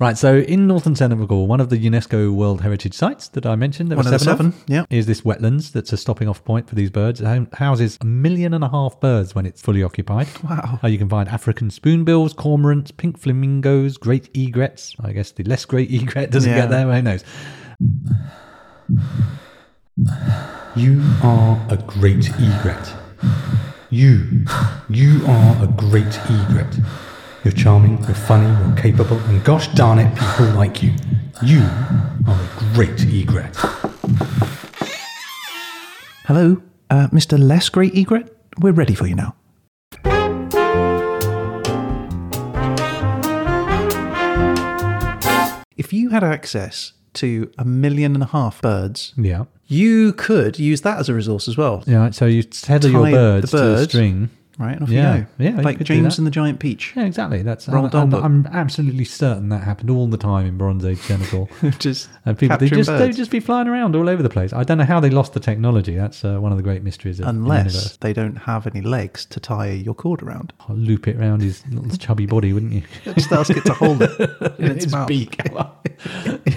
S2: Right, so in northern Senegal, one of the UNESCO World Heritage Sites that I mentioned, there
S1: One
S2: were
S1: of the
S2: seven,
S1: seven, yeah.
S2: is this wetlands that's a stopping off point for these birds. It hou- houses a million and a half birds when it's fully occupied.
S1: Wow.
S2: Uh, you can find African spoonbills, cormorants, pink flamingos, great egrets. I guess the less great egret doesn't
S1: Yeah.
S2: get there, who knows?
S8: You are a great egret. You, you are a great egret. You're charming, you're funny, you're capable, and gosh darn it, people like you. You are a great egret.
S1: Hello, uh, Mr. Less Great Egret? We're ready for you now. If you had access to a million and a half birds,
S2: Yeah.
S1: you could use that as a resource as well,
S2: Yeah, so you tether your
S1: Tie the
S2: birds to a
S1: bird.
S2: string.
S1: right? And off
S2: Yeah,
S1: you go.
S2: yeah, you
S1: like
S2: could do
S1: James
S2: that.
S1: and the Giant Peach,
S2: Yeah, exactly. That's
S1: Roald
S2: I'm,
S1: Dahl book.
S2: I'm absolutely certain that happened all the time in Bronze Age Senegal.
S1: just
S2: And people they
S1: capturing
S2: just they
S1: birds.
S2: just be flying around all over the place. I don't know how they lost the technology. That's uh, one of the great mysteries of the
S1: Unless
S2: universe.
S1: they don't have any legs to tie your cord around,
S2: I'll loop it round his little chubby body, wouldn't you?
S1: just ask it to hold it in its, mouth.
S2: you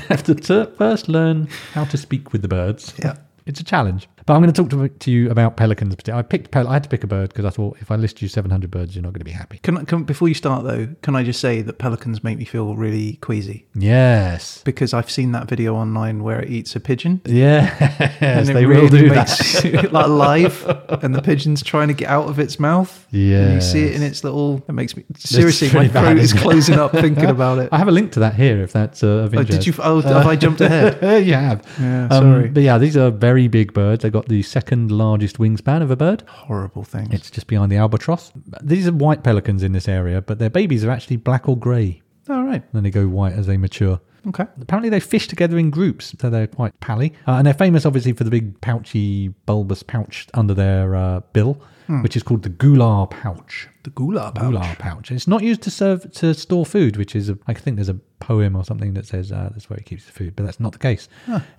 S2: have to ter- first learn how to speak with the birds.
S1: Yeah.
S2: It's a challenge. But I'm going to talk to, to you about pelicans. particularly. I picked pel- I had to pick a bird because I thought if I list you 700 birds, you're not going to be happy.
S1: Can, I- can before you start though, can I just say that pelicans make me feel really queasy
S2: Yes.
S1: because I've seen that video online where it eats a pigeon.
S2: Yes,
S1: it
S2: they will do that.
S1: makes you, like live, and the pigeon's trying to get out of its mouth. and you see it in
S2: Yes.
S1: its little. It makes me seriously.
S2: pretty
S1: my throat
S2: bad,
S1: is
S2: isn't it?
S1: closing up thinking about it.
S2: I Uh, have a link to that here if that's uh, of
S1: Oh,
S2: interest.
S1: did you? Oh, have I jumped ahead?
S2: you have. Um,
S1: Yeah, sorry.
S2: But yeah, these are very big birds. They've got the second largest wingspan of a bird.
S1: Horrible things.
S2: It's just behind the albatross. These are white pelicans in this area, but their babies are actually black or grey.
S1: All right.
S2: Then they go white as they mature.
S1: Okay.
S2: Apparently, they fish together in groups, so they're quite pally. Uh, and they're famous, obviously, for the big pouchy, bulbous pouch under their uh, bill, which is called the gular pouch.
S1: The goulab.
S2: Gular pouch. It's not used to serve to store food, which is a, I think there's a poem or something that says uh, that's where it keeps the food, but that's not the case.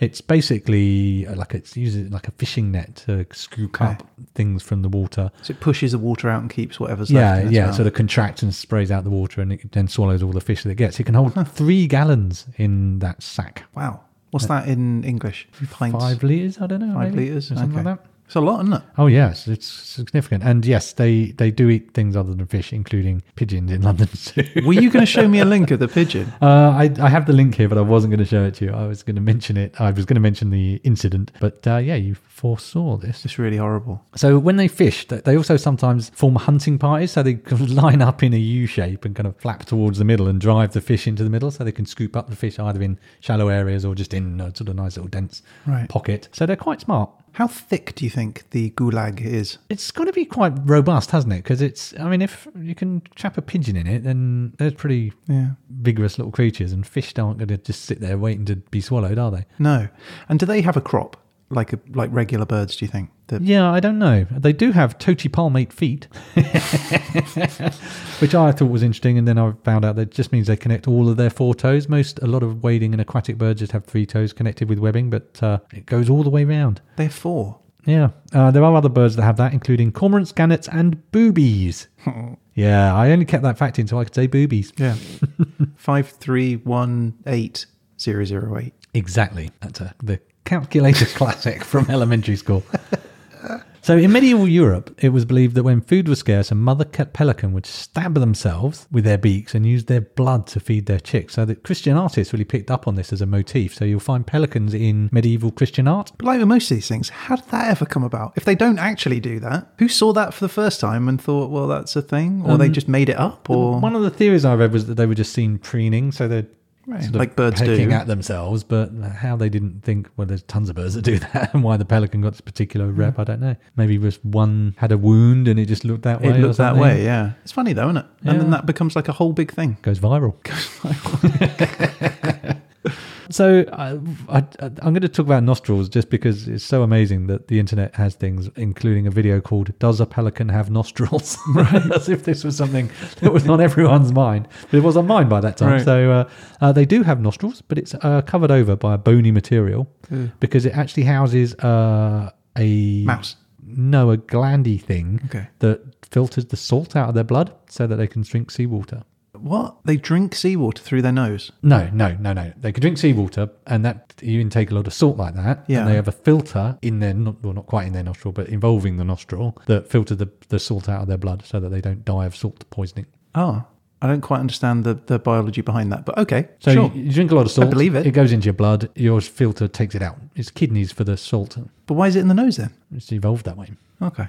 S2: It's basically uh, like it's uses like a fishing net to scoop up things from the water.
S1: So it pushes the water out and keeps whatever's
S2: Yeah,
S1: left. in its
S2: yeah.
S1: mouth.
S2: So the contracts and sprays out the water, and it then swallows all the fish that it gets. It can hold three gallons in that sack.
S1: wow. What's that in English? Pints.
S2: Five liters, I don't know.
S1: Five
S2: maybe,
S1: litres.
S2: or something
S1: okay.
S2: like that.
S1: It's a lot, isn't it?
S2: Oh yes, it's significant, and yes, they they do eat things other than fish, including pigeons in London too.
S1: Were you going to show me a link of the pigeon?
S2: Uh, I, I have the link here, but I wasn't going to show it to you. I was going to mention it. I was going to mention the incident, but uh, yeah, you foresaw this.
S1: It's really horrible.
S2: So when they fish, th- they also sometimes form hunting parties. So they can line up in a U shape and kind of flap towards the middle and drive the fish into the middle, so they can scoop up the fish either in shallow areas or just in a sort of nice little dense
S1: Right.
S2: pocket. So they're quite smart.
S1: How thick do you think the gulag is?
S2: It's got to be quite robust, hasn't it? Because it's, I mean, if you can trap a pigeon in it, then they're pretty
S1: Yeah.
S2: vigorous little creatures, and fish aren't going to just sit there waiting to be swallowed, are they?
S1: No. And do they have a crop like a, like regular birds? Do you think? The,
S2: Yeah, I don't know. They do have toti palmate feet, which I thought was interesting, and then I found out that just means they connect all of their four toes. Most, a lot of wading and aquatic birds just have three toes connected with webbing, but uh, it goes all the way round.
S1: They're four.
S2: Yeah, uh, there are other birds that have that, including cormorants, gannets, and boobies. yeah, I only kept that fact in so I could say boobies.
S1: Yeah. Five three one eight zero zero eight.
S2: Exactly. That's a, the calculator classic from elementary school. So in medieval Europe, it was believed that when food was scarce, a mother ca- pelican would stab themselves with their beaks and use their blood to feed their chicks. So that Christian artists really picked up on this as a motif. So you'll find pelicans in medieval Christian art.
S1: But like with most of these things, how did that ever come about? If they don't actually do that, who saw that for the first time and thought, well, that's a thing, or they just made it up, or
S2: Um, One of the theories I read was that they were just seen preening, so they're sort of
S1: like birds do.
S2: pecking at themselves. But how they didn't think, well, there's tons of birds that do that, and why the pelican got this particular rep,
S1: Hmm.
S2: I don't know. Maybe just one had a wound and it just looked that way.
S1: it
S2: or
S1: looked that
S2: something.
S1: way. Yeah, it's funny though, isn't it? And then
S2: Yeah.
S1: that becomes like a whole big thing.
S2: Goes viral. so I, I, I'm going to talk about nostrils just because it's so amazing that the internet has things, including a video called "Does a Pelican Have Nostrils?" Right. As if this was something that was on everyone's mind, but it was on mine by that time.
S1: Right.
S2: So uh, uh, they do have nostrils, but it's uh, covered over by a bony material because it actually houses uh, a
S1: Mouse.
S2: No, a glandy thing
S1: Okay.
S2: that filters the salt out of their blood so that they can drink seawater.
S1: What they drink seawater through their nose.
S2: No, no, no, no. They could drink seawater, and that you intake a lot of salt like that.
S1: Yeah.
S2: And they have a filter in their, no- well, not quite in their nostril, but involving the nostril that filter the, the salt out of their blood so that they don't die of salt poisoning.
S1: Oh, I don't quite understand the, the biology behind that, but okay,
S2: So
S1: sure.
S2: you, you drink a lot of salt.
S1: believe it.
S2: It goes into your blood. Your filter takes it out. It's kidneys for the salt.
S1: but why is it in the nose then?
S2: It's evolved that way.
S1: Okay,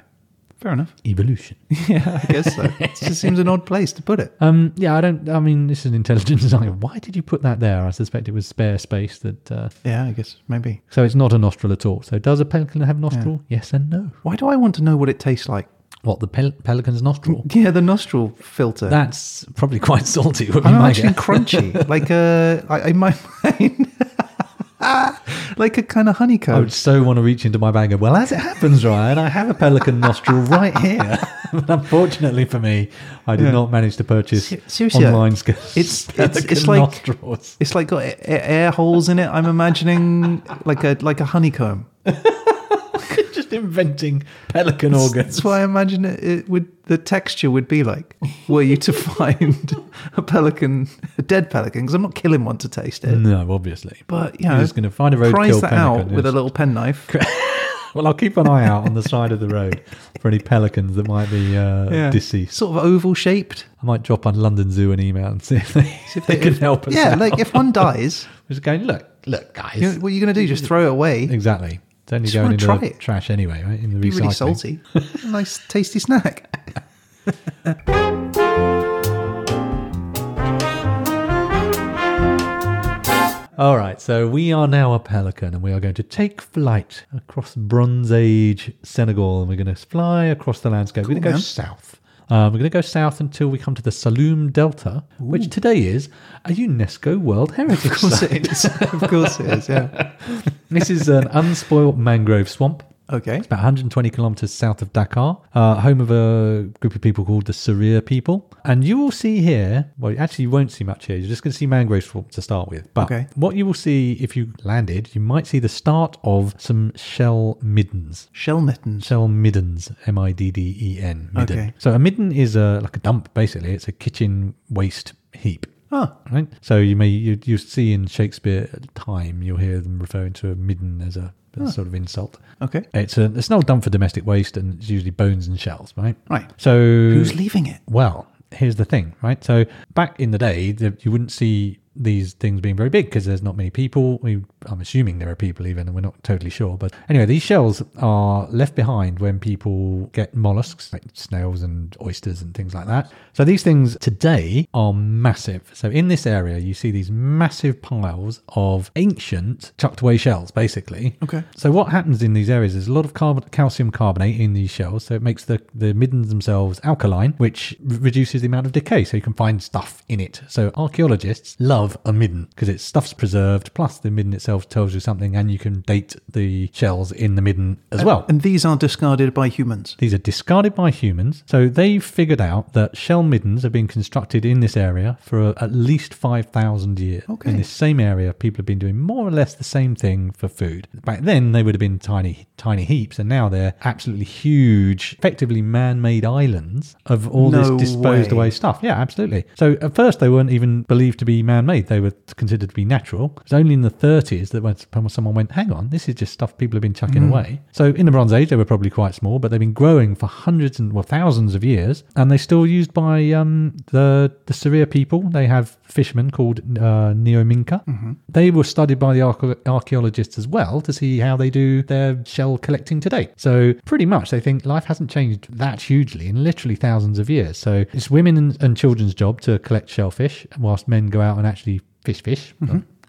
S1: fair enough.
S2: Evolution.
S1: Yeah, I guess so. it just seems an odd place to put it.
S2: Um, yeah, I don't. I mean, this is an intelligent design. Why did you put that there? I suspect it was spare space. That uh,
S1: Yeah, I guess maybe.
S2: so it's not a nostril at all. So does a pelican have nostril? Yes and no.
S1: Why do I want to know what it tastes like?
S2: What the pel- pelican's nostril?
S1: Yeah, the nostril filter.
S2: That's probably quite salty. Would be
S1: I'm
S2: my
S1: actually
S2: guess.
S1: crunchy, like a I, in my mind, like a kind of
S2: I
S1: honeycomb.
S2: would so want to reach into my bag and go, well, as it happens, Ryan, I have a pelican nostril right here. but unfortunately for me, I did not manage to purchase
S1: Se- seriously,
S2: online
S1: uh,
S2: skills.
S1: it's- it's- it's
S2: pelican
S1: like-
S2: nostrils.
S1: it's like got a- a- air holes in it. I'm imagining like a like a honeycomb.
S2: just inventing pelican organs.
S1: That's what I imagine it, it would the texture would be like. Were you to find a pelican, a dead pelican? Because I'm not killing one to taste it.
S2: No, obviously.
S1: But you
S2: Mm. You're
S1: know,
S2: just gonna find a roadkill
S1: prize that
S2: pelican,
S1: out with a
S2: yes.
S1: little penknife.
S2: Well, I'll keep an eye out on the side of the road for any pelicans that might be uh,
S1: Yeah.
S2: deceased.
S1: Sort of oval shaped.
S2: I might drop on London Zoo an email and see if they, if they can help us.
S1: Yeah,
S2: out.
S1: like if one dies,
S2: just going look, look, guys.
S1: you know, what are you going to do? Just throw it away?
S2: exactly. It's only
S1: Just
S2: going
S1: wanna
S2: into
S1: try
S2: the
S1: it.
S2: trash anyway, right? In the
S1: Be
S2: recycling.
S1: really salty. nice, tasty snack.
S2: All right, so we are now a pelican, and we are going to take flight across Bronze Age Senegal, and we're going to fly across the landscape. we're going to go
S1: man.
S2: south. Um, we're going to go south until we come to the Saloum Delta, which today is a UNESCO World Heritage
S1: Of course
S2: Site.
S1: it is. of course it is. Yeah.
S2: This is an unspoilt mangrove swamp.
S1: Okay.
S2: It's about 120 kilometers south of Dakar, uh, home of a group of people called the Saria people. And you will see here, well, actually, you won't see much here. You're just going to see mangrove swamp to start with. But
S1: Okay.
S2: what you will see if you landed, you might see the start of some shell middens.
S1: Shell mittens.
S2: Shell middens, M I D D E N. Midden.
S1: Okay.
S2: So a midden is a, like a dump, basically. It's a kitchen waste heap.
S1: Ah.
S2: Right. So you may you, you see in Shakespeare at the time you'll hear them referring to a midden as a, as sort of insult.
S1: Okay.
S2: It's a it's an old dump for domestic waste, and it's usually bones and shells, right?
S1: Right.
S2: So
S1: Who's leaving it?
S2: well, here's the thing, right? So back in the day, the, you wouldn't see these things being very big because there's not many people. We, I'm assuming there are people even, and we're not totally sure. But anyway, these shells are left behind when people get mollusks like snails and oysters and things like that. So these things today are massive. So in this area, you see these massive piles of ancient chucked away shells, basically.
S1: Okay.
S2: So what happens in these areas is a lot of carbon, calcium carbonate in these shells, so it makes the, the middens themselves alkaline, which r- reduces the amount of decay, so you can find stuff in it. So archaeologists love a midden because its stuff's preserved, plus the midden itself tells you something, and you can date the shells in the midden as well.
S1: And these are discarded by humans.
S2: These are discarded by humans. So they figured out that shell middens have been constructed in this area for uh, at least 5,000 years.
S1: Okay.
S2: In this same area, people have been doing more or less the same thing for food. Back then, they would have been tiny, tiny heaps, and now they're absolutely huge, effectively man made islands of all
S1: No
S2: this disposed
S1: way.
S2: away stuff. Yeah, absolutely. So at first, they weren't even believed to be man made, they were considered to be natural. It's only in the 30s that when someone went, hang on, this is just stuff people have been
S1: Mm.
S2: chucking away. So in the Bronze Age, they were probably quite small, but they've been growing for hundreds and well, thousands of years, and they're still used by um, the, the Syria people. They have fishermen called uh, Neominka.
S1: Mm-hmm.
S2: They were studied by the archae- archaeologists as well to see how they do their shell collecting today. So pretty much, they think life hasn't changed that hugely in literally thousands of years. So it's women and, and children's job to collect shellfish, whilst men go out and actually fish fish.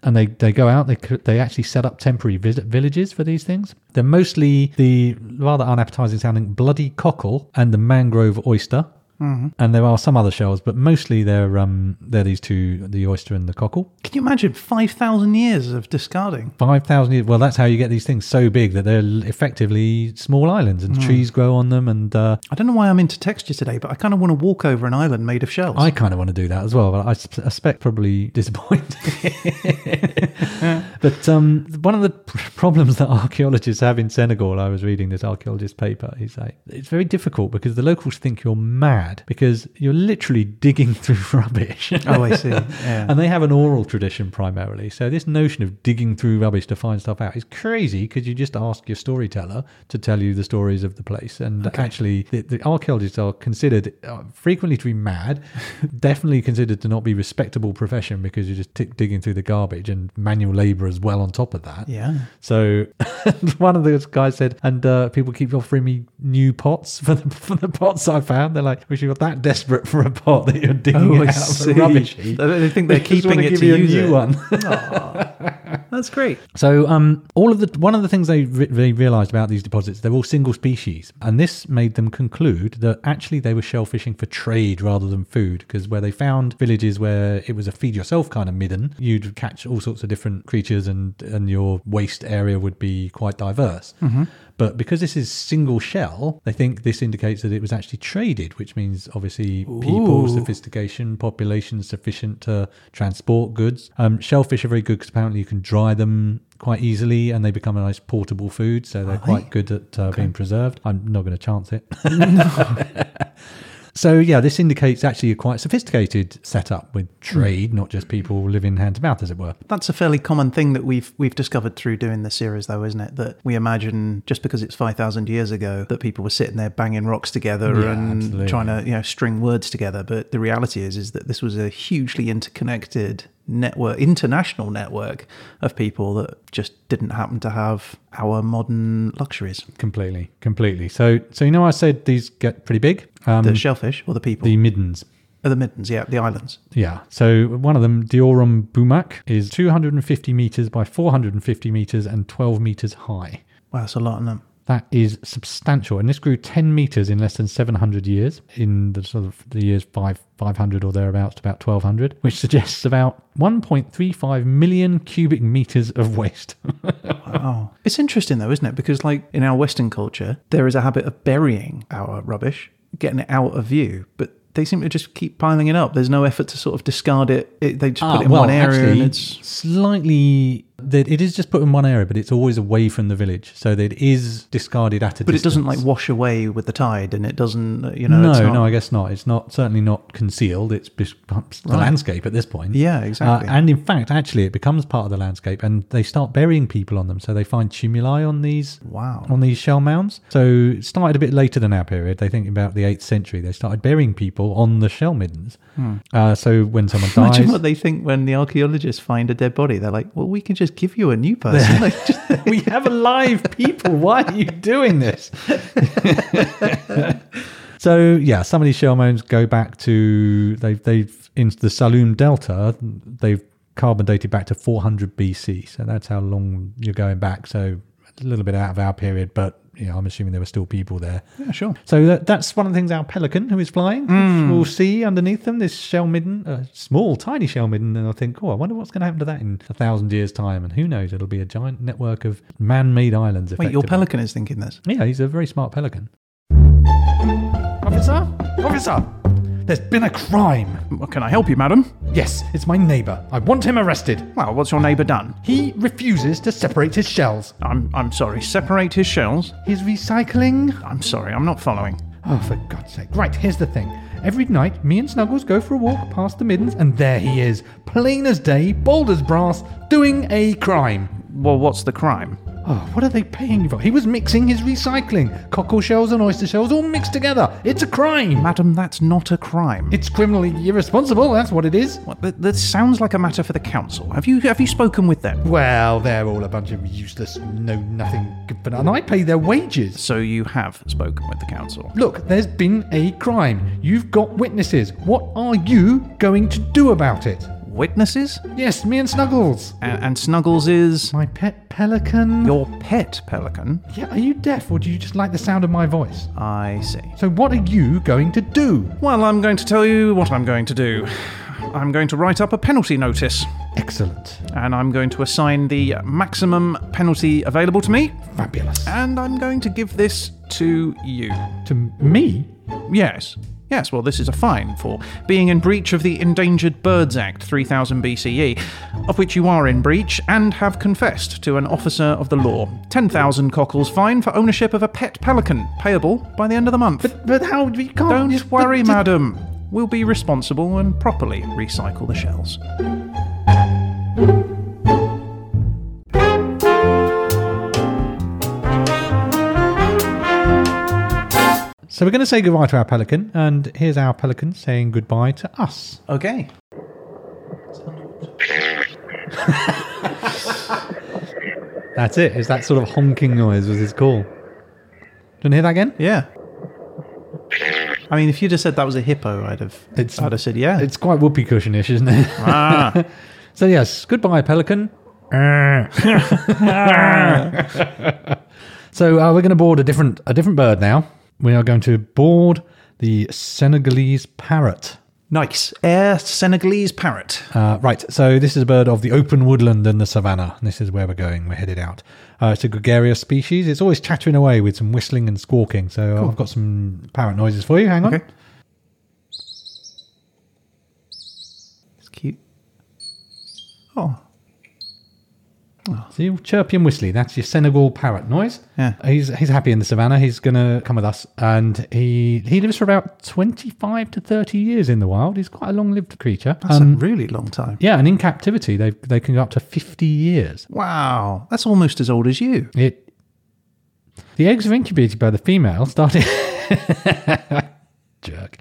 S2: And they, they go out, they, c- they actually set up temporary vis- villages for these things. They're mostly the rather unappetizing sounding bloody cockle and the mangrove oyster. And there are some other shells, but mostly they're um, they're these two, the oyster and the cockle.
S1: Can you imagine 5,000 years of discarding?
S2: Five thousand years. Well, that's how you get these things so big that they're l- effectively small islands,
S1: Hmm.
S2: and trees grow on them. And uh,
S1: I don't know why I'm into texture today, but I kind of want to walk over an island made of shells.
S2: I kind of want to do that as well, but I sus- suspect probably disappoint. but um, one of the pr- problems that archaeologists have in Senegal, I was reading this archaeologist paper. He's like, it's very difficult because the locals think you're mad because you're literally digging through rubbish.
S1: oh, I see. Yeah.
S2: And they have an oral tradition primarily. So this notion of digging through rubbish to find stuff out is crazy because you just ask your storyteller to tell you the stories of the place. And actually, the, the archaeologists are considered uh, frequently to be mad, definitely considered to not be respectable profession because you're just t- digging through the garbage and manual labour as well on top of that.
S1: yeah.
S2: So one of those guys said, and uh, people keep offering me new pots for the, for the pots I found. They're like, wish you were that desperate for a pot that you're digging
S1: Oh,
S2: it
S1: I
S2: out
S1: see.
S2: of a rubbish heap.
S1: They- they think they're
S2: just
S1: keeping
S2: wanna
S1: it
S2: give
S1: to
S2: you a
S1: use
S2: new
S1: it.
S2: one.
S1: That's great.
S2: So, um, all of the one of the things they, re- they realized about these deposits, they're all single species, and this made them conclude that actually they were shell fishing for trade rather than food, because where they found villages where it was a feed yourself kind of midden, you'd catch all sorts of different creatures, and and your waste area would be quite diverse. But because this is single shell, they think this indicates that it was actually traded, which means obviously people, sophistication, population sufficient to transport goods. Um, shellfish are very good because apparently you can dry them quite easily and they become a nice portable food, so they're quite good at uh, being preserved. I'm not going to chance it. So yeah, this indicates actually a quite sophisticated setup with trade, not just people living hand to mouth, as it were.
S1: That's a fairly common thing that we've we've discovered through doing this series, though, isn't it? That we imagine just because it's five thousand years ago that people were sitting there banging rocks together
S2: Yeah,
S1: and
S2: absolutely.
S1: trying to you know string words together. But the reality is is that this was a hugely interconnected network, international network of people that just didn't happen to have our modern luxuries.
S2: Completely, completely. So so you know, I said these get pretty big. Um,
S1: The
S2: the,
S1: shellfish or the people,
S2: middens.
S1: or the middens, yeah, the islands.
S2: Yeah. So one of them, Diorum Bumak, is 250 meters by 450 meters and 12 meters high.
S1: Wow, that's a lot of them.
S2: That is substantial, and this grew 10 meters in less than 700 years, in the sort of the years five 500 or thereabouts to about 1200, which suggests about 1.35 million cubic meters of waste.
S1: It's interesting though, isn't it? Because like in our Western culture, there is a habit of burying our rubbish, getting it out of view, but they seem to just keep piling it up. There's no effort to sort of discard it. it they just put it in one area and it's
S2: Ah, slightly that it is just put in one area, but it's always away from the village, so that it is discarded at a
S1: but
S2: distance.
S1: it doesn't like wash away with the tide and it doesn't you know
S2: No,
S1: it's not,
S2: no, I guess not. It's not certainly not concealed. It's become the landscape at this point. Uh,
S1: Yeah, exactly.
S2: and in fact, actually, it becomes part of the landscape, and they start burying people on them. So they find tumuli on these
S1: Wow.
S2: on these shell mounds. So it started a bit later than our period. They think about the eighth century. They started burying people on the shell middens. Uh, so when someone dies,
S1: Hmm. Imagine what they think when the archaeologists find a dead body. They're like, "Well, we can just give you a new person." Like, just-
S2: we have alive people. Why are you doing this? so yeah, some of these shell mounds go back to they've they've in the Saloum Delta. They've carbon dated back to 400 BC. So that's how long you're going back. So a little bit out of our period, but you know, I'm assuming there were still people there.
S1: yeah, sure. Hmm.
S2: So that, that's one of the things our pelican who is flying will see underneath them this shell midden, a small, tiny shell midden, and I think, oh, I wonder what's going to happen to that in a thousand years' time, and who knows? It'll be a giant network of man-made islands.
S1: Wait, your
S2: effectively.
S1: pelican is thinking this.
S2: Yeah, he's a very smart pelican.
S8: Officer? Officer! There's been a crime.
S1: Well, can I help you, madam?
S8: Yes, it's my neighbour. I want him arrested.
S1: Well, what's your neighbour done?
S8: He refuses to separate his shells.
S1: I'm I'm sorry. Separate his shells.
S8: His recycling?
S1: I'm sorry. I'm not following.
S8: Oh, for God's sake. Right, here's the thing. Every night, me and Snuggles go for a walk past the middens, and there he is, plain as day, bold as brass, doing a crime.
S1: Well, what's the crime?
S8: Oh, what are they paying you for? He was mixing his recycling. Cockle shells and oyster shells all mixed together. It's a crime.
S1: Madam, that's not a crime.
S8: It's criminally irresponsible, that's what it is.
S1: What, that, that sounds like a matter for the council. Have you have you spoken with them?
S8: Well, they're all a bunch of useless, know nothing, good for and I pay their wages.
S1: So you have spoken with the council.
S8: Look, there's been a crime. You've got witnesses. What are you going to do about it?
S1: Witnesses?
S8: Yes, me and Snuggles.
S1: And, and Snuggles is
S8: My pet pelican.
S1: your pet pelican.
S8: yeah, are you deaf or do you just like the sound of my voice?
S1: I see.
S8: So, what are you going to do?
S1: Well, I'm going to tell you what I'm going to do. I'm going to write up a penalty notice,
S8: Excellent.
S1: and I'm going to assign the maximum penalty available to me,
S8: Fabulous.
S1: and I'm going to give this to you.
S8: to me?
S1: Yes. Yes, well, this is a fine for being in breach of the Endangered Birds Act 3000 BCE, E, of which you are in breach and have confessed to an officer of the law. 10,000 cockles fine for ownership of a pet pelican, payable by the end of the month.
S8: But how? You can't. you-
S1: Don't
S8: but-
S1: worry,
S8: but-
S1: madam. We'll be responsible and properly recycle the shells.
S2: So we're going to say goodbye to our pelican, and here's our pelican saying goodbye to us.
S1: Okay.
S2: That's it. It's that sort of honking noise was his call. Do you want to hear that again?
S1: Yeah. I mean, if you'd have said that was a hippo, I'd have,
S2: It's-
S1: I'd have said, yeah. Ah.
S2: It's quite whoopee cushionish, isn't it? so yes, goodbye, pelican. so uh, we're going to board a different a different bird now. We are going to board the Senegalese parrot.
S1: nice. Air Senegalese parrot.
S2: Uh, right, so this is a bird of the open woodland and the savannah. This is where we're going. We're headed out. Uh, it's a gregarious species. It's always chattering away with some whistling and squawking.
S8: uh,
S2: So I've got some parrot noises for you. Hang on.
S1: Okay. It's cute. Oh.
S8: See, chirpy and whistly. That's your Senegal parrot noise.
S1: Yeah.
S8: He's he's happy in the savannah. He's gonna come with us, and he he lives for about twenty five to thirty years in the wild. He's quite a long lived creature.
S1: That's
S8: Um,
S1: a really long time.
S8: yeah, and in captivity they they can go up to fifty years.
S1: Wow, that's almost as old as you.
S8: It the eggs are incubated by the female, starting jerk.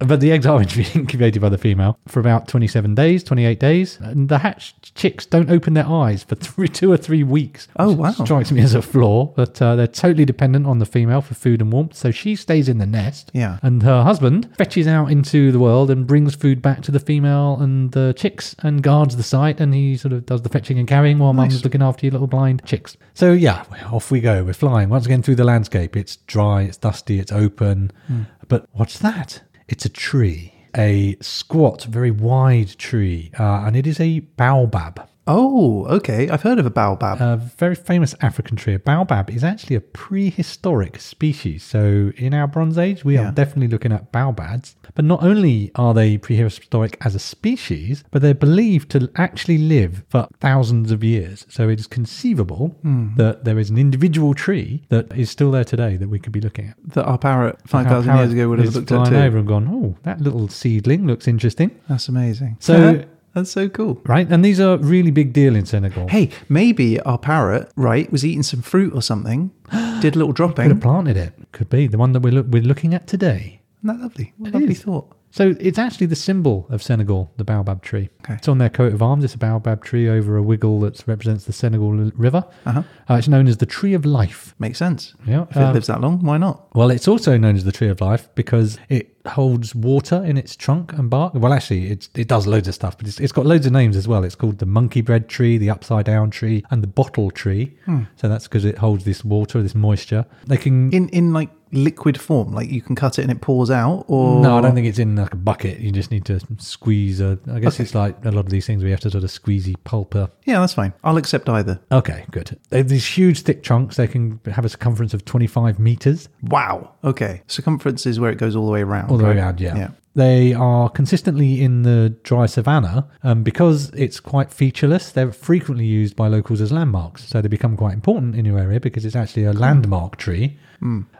S8: But the eggs are incubated by the female for about 27 days, 28 days. And the hatched chicks don't open their eyes for three, two or three weeks.
S1: Oh,
S8: which
S1: wow.
S8: Strikes me as a flaw, but uh, they're totally dependent on the female for food and warmth. So she stays in the nest.
S1: Yeah.
S8: And her husband fetches out into the world and brings food back to the female and the chicks and guards the site. And he sort of does the fetching and carrying while mum's looking after your little blind chicks.
S2: So yeah, off we go. We're flying once again through the landscape. It's dry, it's dusty, it's open.
S8: Hmm.
S2: But what's that? It's a tree, a squat, very wide tree, uh, and it is a baobab,
S1: Oh, okay. I've heard of a baobab.
S2: a very famous African tree. A baobab is actually a prehistoric species. So in our Bronze Age, we
S1: Yeah.
S2: are definitely looking at baobabs. But not only are they prehistoric as a species, but they're believed to actually live for thousands of years. So it is conceivable
S1: Hmm.
S2: that there is an individual tree that is still there today that we could be looking at.
S1: that our parrot five
S2: Our
S1: thousand years
S2: parrot
S1: ago would have
S2: is
S1: looked at
S2: flying
S1: too.
S2: over and gone, oh, that little seedling looks interesting,
S1: That's amazing.
S2: So-
S1: that's so cool.
S2: right? And these are really big deal in Senegal.
S1: Hey, maybe our parrot, right, was eating some fruit or something, did a little dropping.
S2: could have
S1: Isn't
S2: planted it. Could be the one that we're, look, we're looking at today.
S1: that lovely? What a lovely
S2: is.
S1: thought.
S2: So it's actually the symbol of Senegal, the baobab tree.
S1: Okay.
S2: It's on their coat of arms. It's a baobab tree over a wiggle that represents the Senegal l- River. Uh-huh. it's known as the Tree of Life.
S1: Makes sense.
S2: Yeah,
S1: If
S2: um,
S1: it lives that long, why not?
S2: Well, it's also known as the Tree of Life because it holds water in its trunk and bark. Well, actually, it's, it does loads of stuff, but it's, it's got loads of names as well. It's called the Monkey Bread Tree, the Upside Down Tree, and the Bottle Tree.
S1: Hmm.
S2: So that's because it holds this water, this moisture. They can.
S1: In in like liquid form, like you can cut it and it pours out, or
S2: no, I don't think it's in like a bucket. You just need to squeeze. A, I guess it's like a lot of these things where you have to sort of squeezy pulper.
S1: Yeah, that's fine. I'll accept either.
S2: Okay, good. They have these huge thick trunks. They can have a circumference of 25 meters.
S1: Wow. Okay. Circumference is where it goes all the way around.
S2: all the way
S1: right?
S2: around. Yeah. They are consistently in the dry savanna um, because it's quite featureless. They're frequently used by locals as landmarks, so they become quite important in your area because it's actually a landmark tree.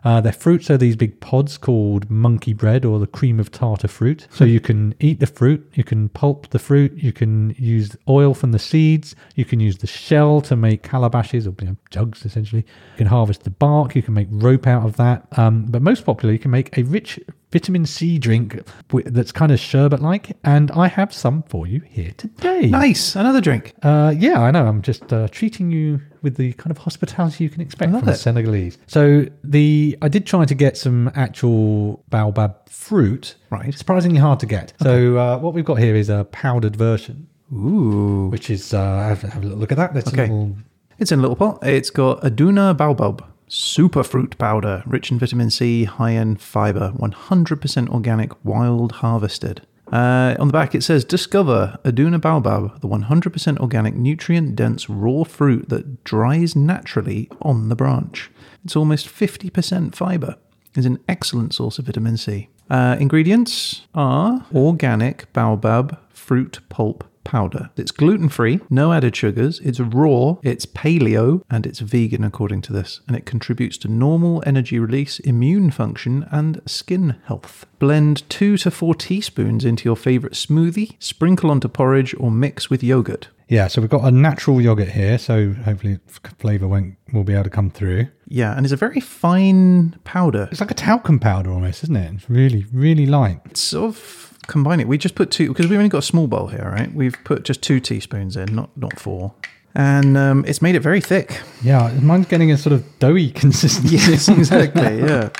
S2: Uh, their fruits are these big pods called monkey bread or the cream of tartar fruit. So you can eat the fruit, you can pulp the fruit, you can use oil from the seeds, you can use the shell to make calabashes or you know, jugs essentially. You can harvest the bark, you can make rope out of that. Um, but most popularly, you can make a rich vitamin C drink wi- that's kind of sherbet like. And I have some for you here today.
S1: Nice. Another drink.
S2: Uh, yeah, I know. I'm just uh, treating you with the kind of hospitality you can expect
S1: love
S2: from a
S1: it.
S2: Senegalese. So the I did try to get some actual baobab fruit.
S1: Right.
S2: Surprisingly hard to get. So uh, what we've got here is a powdered version,
S1: Ooh.
S2: which is uh, have, have a little look at that. That's
S1: Okay.
S2: a little
S1: It's in a little pot. It's got Aduna baobab, super fruit powder, rich in vitamin C, high in fiber, 100% organic, wild harvested. Uh, on the back it says, discover Aduna baobab, the 100% organic, nutrient dense raw fruit that dries naturally on the branch. It's almost 50% fiber. It's an excellent source of vitamin C. Uh, ingredients are organic baobab fruit pulp powder. It's gluten free, no added sugars, it's raw, it's paleo, and it's vegan according to this. And it contributes to normal energy release, immune function, and skin health. Blend 2 to 4 teaspoons into your favorite smoothie, sprinkle onto porridge, or mix with yogurt.
S2: yeah. So we've got a natural yogurt here. So hopefully flavour won't will be able to come through.
S1: Yeah, and it's a very fine powder.
S2: It's like a talcum powder almost, isn't it? It's really really light.
S1: It's sort of combine it. We just put two because we've only got a small bowl here, right? We've put just two teaspoons in, not not four. And um, it's made it very thick.
S2: Yeah, mine's getting a sort of doughy consistency.
S1: Yes, exactly. Yeah.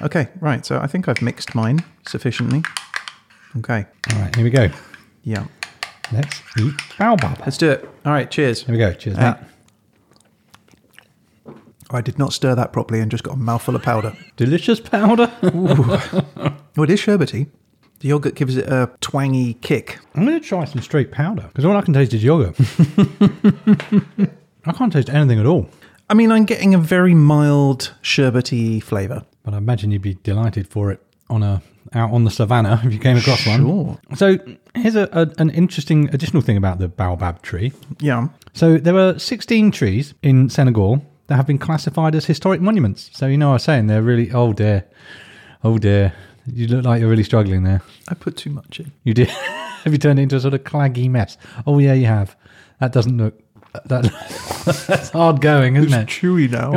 S1: Okay, right. So I think I've mixed mine sufficiently. Okay.
S2: All right, here we go.
S1: Yeah.
S2: Let's eat baobab.
S1: Let's do it. All right. Cheers.
S2: Here we go. Cheers,
S1: Uh,
S2: mate.
S1: Oh, I did not stir that properly and just got a mouthful of powder.
S2: Delicious powder.
S1: Oh, it is sherbety. The yogurt gives it a twangy kick.
S2: I'm going to try some straight powder because all I can taste is yogurt. I can't taste anything at all.
S1: I mean, I'm getting a very mild sherbety flavour.
S2: But I imagine you'd be delighted for it. on a out on the savannah if you came across one.
S1: Sure.
S2: So here's a, a, an interesting additional thing about the baobab tree.
S1: Yeah.
S2: So there are 16 trees in Senegal that have been classified as historic monuments. So you know what I'm saying? They're really, oh dear, oh dear. You look like you're really struggling there.
S1: I put too much in.
S2: You did. have you turned it into a sort of claggy mess? Oh yeah, you have. That doesn't look. That, that's hard going, isn't it?
S1: chewy now.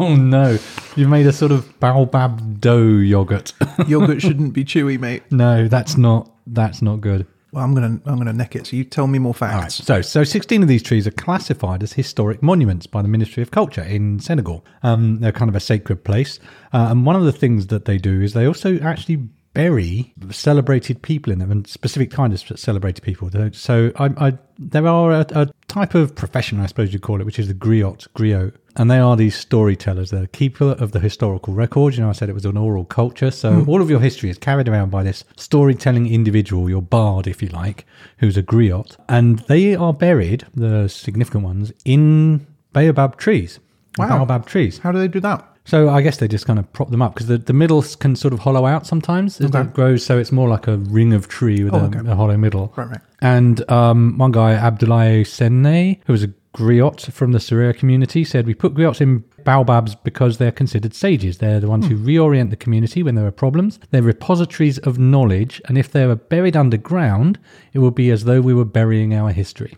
S2: Oh no, you've made a sort of baobab dough yogurt.
S1: Yogurt shouldn't be chewy, mate.
S2: no, that's not. That's not good.
S1: Well, I'm gonna I'm gonna neck it. So you tell me more
S2: All right.
S1: facts.
S2: So, so 16 of these trees are classified as historic monuments by the Ministry of Culture in Senegal. Um, they're kind of a sacred place. Uh, and one of the things that they do is they also actually bury celebrated people in them and specific kind of celebrated people. So, I, I, there are a, a type of profession, I suppose you'd call it, which is the griot, griot. And they are these storytellers. They're the keeper of the historical record. You know, I said it was an oral culture. So all of your history is carried around by this storytelling individual, your bard, if you like, who's a griot. And they are buried, the significant ones, in baobab trees.
S1: Wow.
S2: Baobab trees.
S1: How do they do that?
S2: So I guess they just kind of prop them up because the, the middle can sort of hollow out sometimes as it grows. So it's more like a ring of tree with a, a hollow middle.
S1: Oh, Right, right.
S2: And um, one guy, Abdoulaye Senne, who was a griot from the Surya community, said, We put griots in baobabs because they're considered sages. They're the ones who
S1: Hmm.
S2: reorient the community when there are problems. They're repositories of knowledge. And if they were buried underground, it would be as though we were burying our history.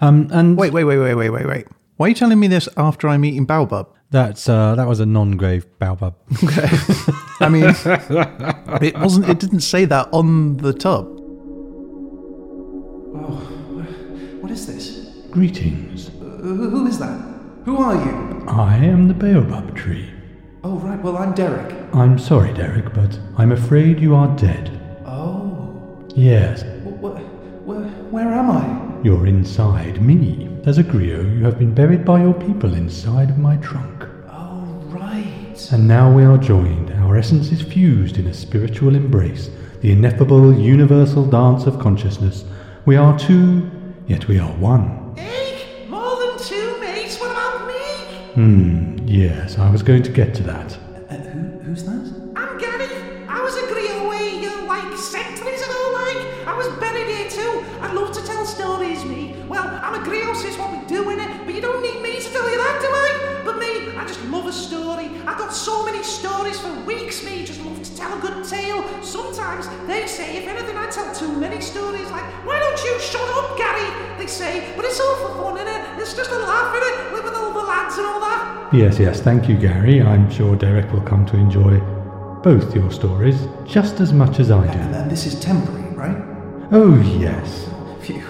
S2: Um, and
S1: Wait, wait, wait, wait, wait, wait, wait. Why are you telling me this after I'm eating baobab?
S2: that's uh, that was a non grave baobab.
S1: I mean, it wasn't. It didn't say that on the tub. What is this?
S2: Greetings.
S1: Who is that? Who are you?
S2: I am the baobab tree.
S1: Oh, right. Well, I'm Derek.
S2: I'm sorry, Derek, but I'm afraid you are dead.
S1: Oh,
S2: Yes,
S1: where, where, where am I?
S2: you're inside me. As a griot, you have been buried by your people inside of my trunk.
S1: Oh, right.
S2: And now we are joined, our essence is fused in a spiritual embrace, the ineffable universal dance of consciousness. We are two, yet we are one.
S4: Eek! More than two, mates. What about me?
S2: Hmm, yes, I was going to get to that.
S1: Who's that?
S4: I'm Gary. I was a griot way, uh, like centuries ago, like. I was buried here too. I love to tell stories, me. Well, I'm a griot, so it's what we do in it. But you don't need me to tell you that, do I? But me, I just love a story. I've got so many stories for weeks, me. Just love to tell a good tale. Sometimes they say, if anything, I tell too many stories. Like, why don't you shut up, Gary? They say, but it's all for fun, innit? It's just a laugh, innit? Live with all the lads and all that.
S2: Yes, yes, thank you, Gary. I'm sure Derek will come to enjoy both your stories just as much as I do.
S1: And this is temporary, right?
S2: Oh, yes.
S1: Phew.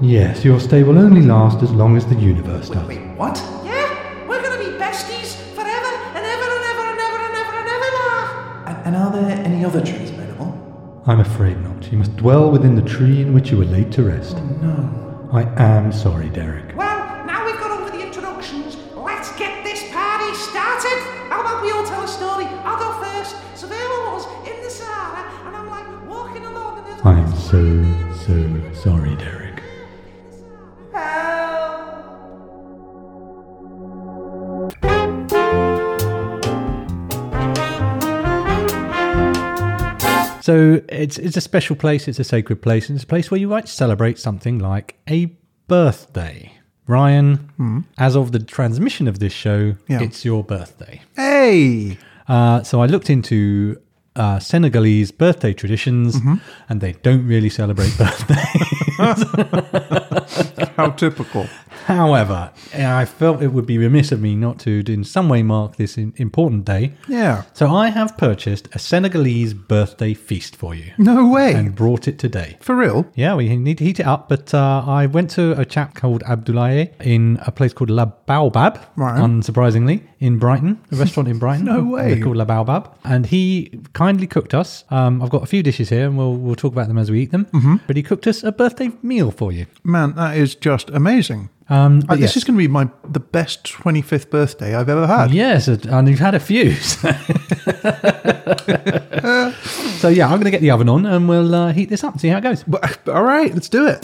S2: Yes, your stay will only last as long as the universe does.
S1: Wait, what?
S4: Yeah, we're gonna be besties forever and ever and ever and ever and ever and ever now.
S1: And, and are there any other trees available?
S2: I'm afraid not. You must dwell within the tree in which you were laid to rest.
S1: Oh, No.
S2: I am sorry, Derek.
S4: Well, now we've got over the introductions. Let's get this party started. How about we all tell a story? I'll go first. So there I was in the Sahara, and I'm like walking along, and there's
S2: I'm so, so sorry, Derek. So it's it's a special place. It's a sacred place. And it's a place where you might celebrate something like a birthday. Ryan, as of the transmission of this show,
S1: Yeah.
S2: it's your birthday.
S1: Hey.
S2: Uh, so I looked into uh, Senegalese birthday traditions, and they don't really celebrate birthdays.
S1: How typical.
S2: However, I felt it would be remiss of me not to, in some way, mark this in- important day.
S1: Yeah.
S2: So I have purchased a Senegalese birthday feast for you
S1: No way.
S2: and brought it today.
S1: For real?
S2: Yeah, we need to heat it up. But uh, I went to a chap called Abdoulaye in a place called La Baobab,
S1: Right.
S2: unsurprisingly, in Brighton, a restaurant in Brighton.
S1: No way.
S2: They're called La Baobab. And he kindly cooked us. Um, I've got a few dishes here and we'll, we'll talk about them as we eat them.
S1: Mm-hmm.
S2: But he cooked us a birthday meal for you.
S1: Man, that is just amazing.
S2: Um,
S1: Uh,
S2: but
S1: This
S2: yes.
S1: is going to be my the best 25th birthday I've ever had.
S2: Yes, and you've had a few. So, So, yeah, I'm going to get the oven on and we'll uh, heat this up, see how it goes.
S1: But, all right, let's do it.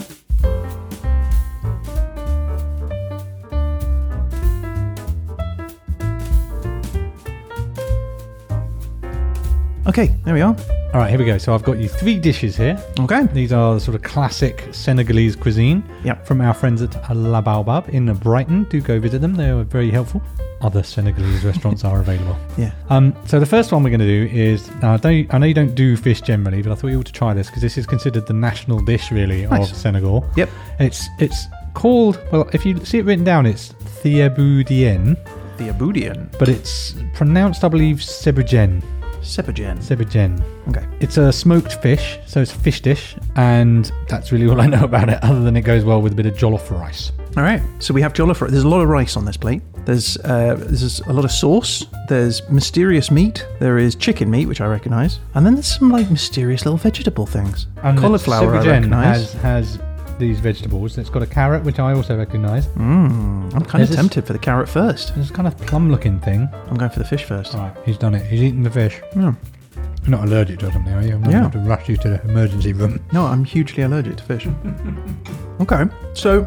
S1: Okay, there we are.
S2: All right, here we go. So I've got you three dishes here.
S1: Okay.
S2: These are the sort of classic Senegalese cuisine
S1: Yep.
S2: from our friends at La Baobab in Brighton. Do go visit them, they are very helpful. Other Senegalese restaurants are available.
S1: Yeah.
S2: Um, so the first one we're going to do is now I, don't, I know you don't do fish generally, but I thought you ought to try this because this is considered the national dish really
S1: Nice.
S2: of Senegal.
S1: Yep.
S2: And it's it's called well if you see it written down it's Thiaboudien,
S1: The Abudian.
S2: but it's pronounced I believe Sebugen.
S1: Sepagen.
S2: Sebugen.
S1: Okay.
S2: It's a smoked fish, so it's a fish dish, and that's really all I know about it, other than it goes well with a bit of jollof rice.
S1: All right. So we have jollof. ri- There's a lot of rice on this plate. There's uh, there's a lot of sauce. There's mysterious meat. There is chicken meat, which I recognise, and then there's some like mysterious little vegetable things.
S2: And the
S1: Cauliflower, I
S2: Sebugen
S1: recognise.
S2: Has, has these vegetables. It's got a carrot, which I also recognise.
S1: Mm. I'm kind of
S2: There's this-
S1: tempted for the carrot first.
S2: There's a kind of plum looking thing.
S1: I'm going for the fish first.
S2: All right, he's done it. He's eaten the fish.
S1: Yeah.
S2: You're not allergic to something, are you? I'm not
S1: Yeah.
S2: going to rush you to the emergency room.
S1: No, I'm hugely allergic to fish. okay. So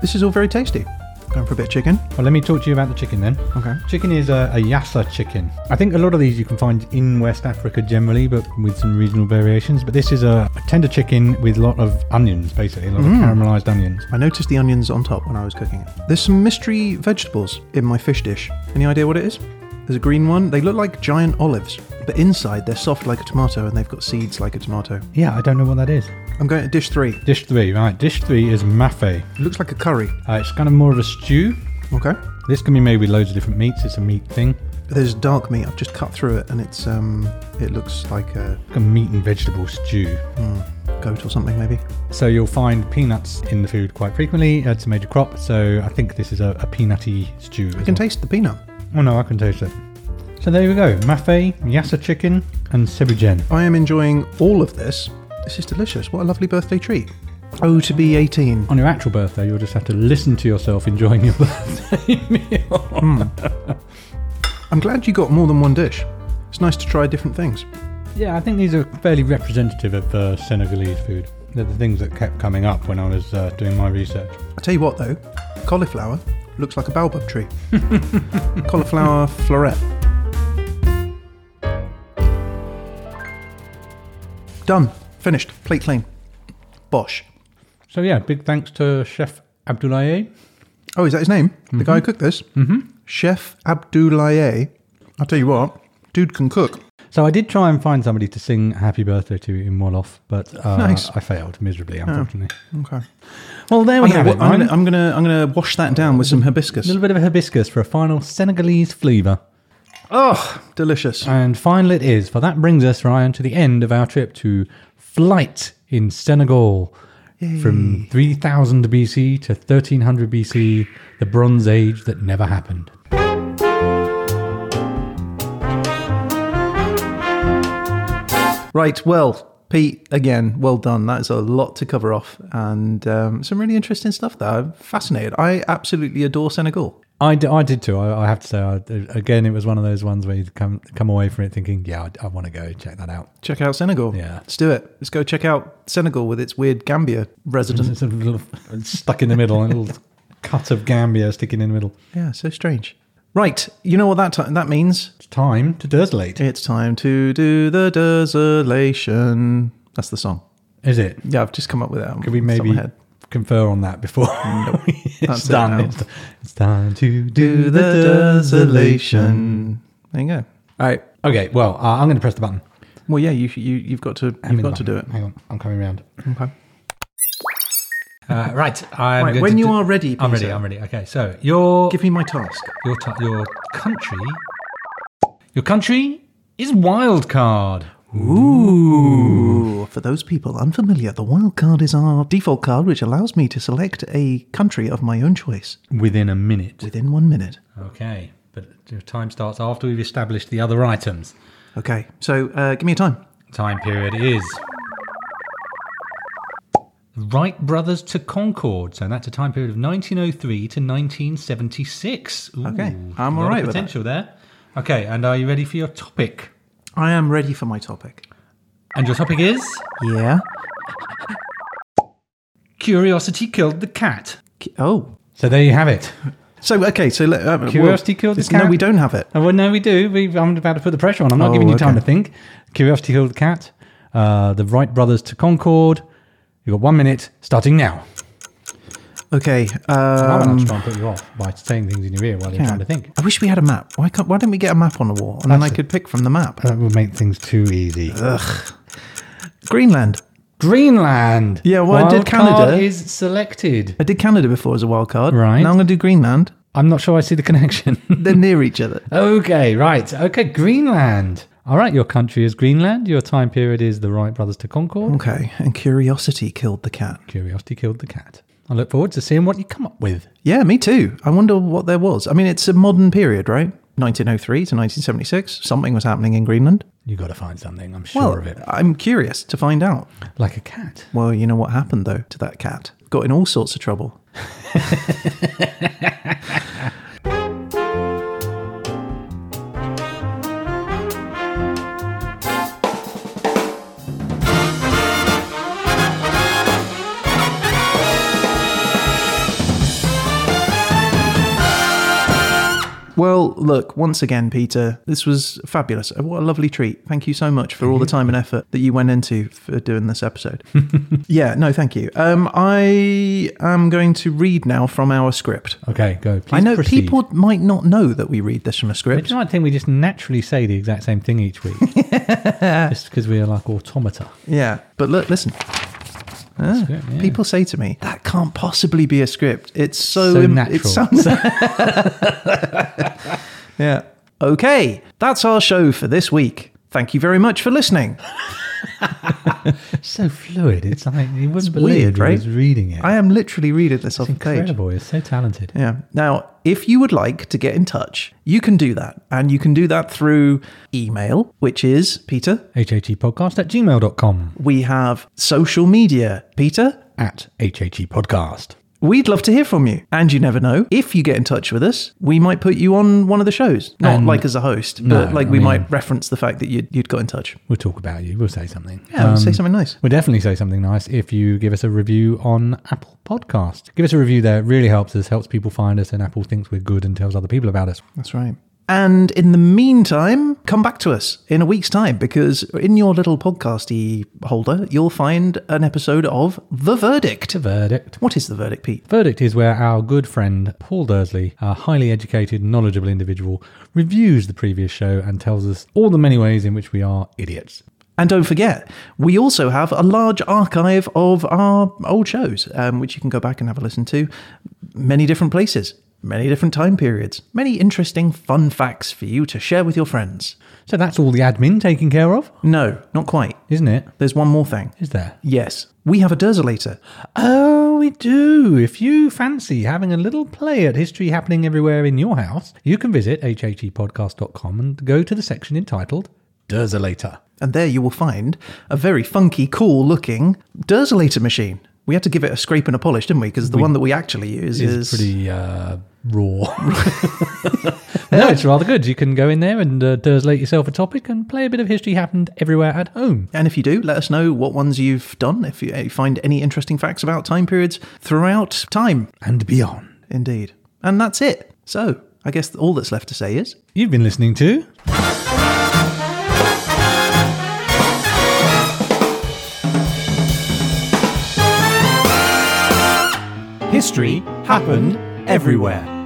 S1: this is all very tasty. Going for a bit of chicken.
S2: Well, let me talk to you about the chicken then.
S1: Okay.
S2: Chicken is a, a yassa chicken. I think a lot of these you can find in West Africa generally, but with some regional variations. But this is a, a tender chicken with a lot of onions, basically, a lot
S1: Mm.
S2: of caramelized onions.
S1: I noticed the onions on top when I was cooking it. There's some mystery vegetables in my fish dish. Any idea what it is? There's a green one. They look like giant olives, but inside they're soft like a tomato and they've got seeds like a tomato.
S2: Yeah, I don't know what that is.
S1: I'm going to dish three.
S2: Dish three, right? Dish three is mafe.
S1: It looks like a curry.
S2: Uh, it's kind of more of a stew.
S1: Okay.
S2: This can be made with loads of different meats. It's a meat thing,
S1: There's dark meat. I've just cut through it and it's um, it looks like a
S2: like a meat and vegetable stew.
S1: goat or something maybe.
S2: So you'll find peanuts in the food quite frequently. It's a major crop, so I think this is a, a peanutty stew.
S1: I can taste the peanut.
S2: Oh no, I can taste it. So there we go. Mafe, yassa chicken, and sebugen.
S1: I am enjoying all of this. This is delicious. What a lovely birthday treat. Oh, to be 18.
S2: On your actual birthday, you'll just have to listen to yourself enjoying your birthday meal.
S1: I'm glad you got more than one dish. It's nice to try different things.
S2: Yeah, I think these are fairly representative of uh, Senegalese food. They're the things that kept coming up when I was uh, doing my research.
S1: I tell you what though, cauliflower looks like a baobab tree. cauliflower floret. Done. Finished. Plate clean. Bosh.
S2: So yeah, big thanks to Chef Abdoulaye.
S1: Oh, is that his name? The guy who cooked this? Mm-hmm. Chef Abdoulaye. I'll tell you what, dude can cook.
S2: So I did try and find somebody to sing "Happy Birthday" to in Wolof, but uh,
S1: Nice.
S2: I failed miserably, unfortunately.
S1: Okay.
S2: Well, there we
S1: I'm gonna,
S2: have it.
S1: I'm,
S2: Ryan.
S1: gonna, I'm gonna I'm gonna wash that down with some hibiscus.
S2: A little bit of hibiscus for a final Senegalese flavour.
S1: Oh, delicious.
S2: And finally, it is. For that brings us, Ryan, to the end of our trip to Flight in Senegal. From 3000 BC to 1300 BC, the Bronze Age that never happened.
S1: Right, well, Pete, again, well done. That is a lot to cover off and um, some really interesting stuff there. I'm fascinated. I absolutely adore Senegal.
S2: I d- I did too. I, I have to say, I, again, it was one of those ones where you come come away from it thinking, yeah, I, I want to go check that out.
S1: Check out Senegal.
S2: Yeah.
S1: Let's do it. Let's go check out Senegal with its weird Gambia residents.
S2: It's a little stuck in the middle, a little cut of Gambia sticking in the middle.
S1: yeah, so strange. Right, you know what that ti- that means?
S2: It's time to desolate.
S1: It's time to do the desolation. That's the song.
S2: Is it?
S1: Yeah, I've just come up with that.
S2: Could we maybe confer on that before? it's
S1: That's it
S2: done.
S1: now.
S2: It's, it's time to
S1: do
S2: do
S1: the desolation? There you go. All right.
S2: Okay, well, uh, I'm going to press the button.
S1: Well, yeah, you you you've got to
S2: I'm
S1: you've
S2: in the
S1: got to do it.
S2: button. Hang on, I'm coming round.
S1: Okay.
S2: Uh, right, I'm
S1: Right,
S2: going
S1: when
S2: to
S1: you
S2: do-
S1: are ready,
S2: I'm ready.
S1: Peter.
S2: I'm ready. Okay, so your
S1: Give me my task.
S2: your t- your country, your country is wildcard.
S1: Ooh, for those people unfamiliar, the wild card is our default card, which allows me to select a country of my own choice
S2: Within a minute.
S1: within one minute.
S2: Okay, but your time starts after we've established the other items.
S1: Okay, so uh, give me a time.
S2: Time period is. the Wright brothers to Concord, so that's a time period of 1903 to 1976. Ooh,
S1: Okay, I'm
S2: a lot
S1: all
S2: of
S1: right with that.
S2: Potential there. Okay, and are you ready for your topic?
S1: I am ready for my topic.
S2: And your topic is
S1: Yeah.
S2: curiosity killed the cat.
S1: K- Oh,
S2: So there you have it.
S1: So okay, so let- uh,
S2: Curiosity killed the
S1: it's- No,
S2: cat?
S1: we don't have it.
S2: Oh, well, no, we do. We, I'm about to put the pressure on. I'm not
S1: Oh,
S2: giving you time
S1: okay.
S2: to think. Curiosity Killed the Cat, uh, The Wright Brothers to Concord. You've got one minute, starting now.
S1: Okay.
S2: I'm
S1: Um,
S2: not trying to put you off by saying things in your ear while you're
S1: yeah.
S2: trying to think.
S1: I wish we had a map. Why can't? Why don't we get a map on the wall and then I
S2: That's it.
S1: could pick from the map?
S2: That would make things too easy.
S1: Greenland.
S2: Greenland.
S1: Yeah, well, I did
S2: Wild card
S1: Canada.
S2: is selected.
S1: I did Canada before as a wild card.
S2: Right.
S1: Now I'm going to do Greenland.
S2: I'm not sure I see the connection.
S1: They're near each other.
S2: okay, right. Okay, Greenland. All right, your country is Greenland. Your time period is the Wright Brothers to Concord.
S1: Okay. And curiosity killed the cat.
S2: Curiosity killed the cat. I look forward to seeing what you come up with.
S1: Yeah, me too. I wonder what there was. I mean, it's a modern period, right? 1903 to 1976. Something was happening in Greenland.
S2: You got to find something. I'm sure
S1: Well,
S2: of it.
S1: I'm curious to find out.
S2: Like a cat.
S1: Well, you know what happened though to that cat? Got in all sorts of trouble. Well, look, once again, Peter, this was fabulous. What a lovely treat. Thank you so much for all the time and effort that you went into for doing this episode. yeah, no, thank you. Um, I am going to read now from our script.
S2: Okay, go. Please
S1: I know
S2: proceed.
S1: people might not know that we read this from a
S2: But
S1: script.
S2: you know, I think we just naturally say the exact same thing each week, just because we are like automata.
S1: Yeah, but look, listen. Ah,
S2: Script, yeah.
S1: People say to me, "That can't possibly be a script. It's so,
S2: So
S1: im- It
S2: natural."
S1: sounds." yeah. Okay, that's our show for this week. Thank you very much for listening.
S2: so fluid. It's like you wouldn't
S1: weird,
S2: believe he
S1: right?
S2: was reading it.
S1: I am literally reading this off
S2: it's
S1: the page.
S2: incredible. He's so talented.
S1: Yeah. Now, if you would like to get in touch, you can do that. And you can do that through email, which is Peter.
S2: HATpodcast E at gmail.com.
S1: We have social media, Peter.
S2: At E HATpodcast.
S1: We'd love to hear from you. And you never know, if you get in touch with us, we might put you on one of the shows. Not
S2: And-
S1: like as a host,
S2: No,
S1: but like
S2: I
S1: we
S2: mean-
S1: might reference the fact that you'd, you'd got in touch.
S2: We'll talk about you. We'll say something.
S1: Yeah,
S2: Um,
S1: say something nice.
S2: We'll definitely say something nice if you give us a review on Apple Podcast. Give us a review there. It really helps us, helps people find us, and Apple thinks we're good and tells other people about us.
S1: That's right. And in the meantime, come back to us in a week's time because in your little podcasty holder, you'll find an episode of The Verdict.
S2: The verdict.
S1: What is The Verdict, Pete?
S2: Verdict is where our good friend Paul Dursley, a highly educated, knowledgeable individual, reviews the previous show and tells us all the many ways in which we are idiots.
S1: And don't forget, we also have a large archive of our old shows, um, which you can go back and have a listen to. Many different places, many different time periods, many interesting fun facts for you to share with your friends.
S2: So that's all the admin taken care of,
S1: No, not quite.
S2: isn't it?
S1: There's one more thing.
S2: Is there?
S1: Yes, we have a Dersolator.
S2: Oh, we do. If you fancy having a little play at history happening everywhere in your house, you can visit hhepodcast.com and go to the section entitled Dersolator.
S1: And there you will find a very funky, cool looking Dersolator machine. We had to give it a scrape and a polish, didn't we? Because the one that we actually use is.
S2: It's pretty uh, raw. no, it's rather good. You can go in there and uh, Dersolate yourself a topic and play a bit of history happened everywhere at home.
S1: And if you do, let us know what ones you've done, if you, if you find any interesting facts about time periods throughout time.
S2: And beyond.
S1: Indeed. And that's it. So, I guess all that's left to say is
S2: You've been listening to
S3: History happened everywhere.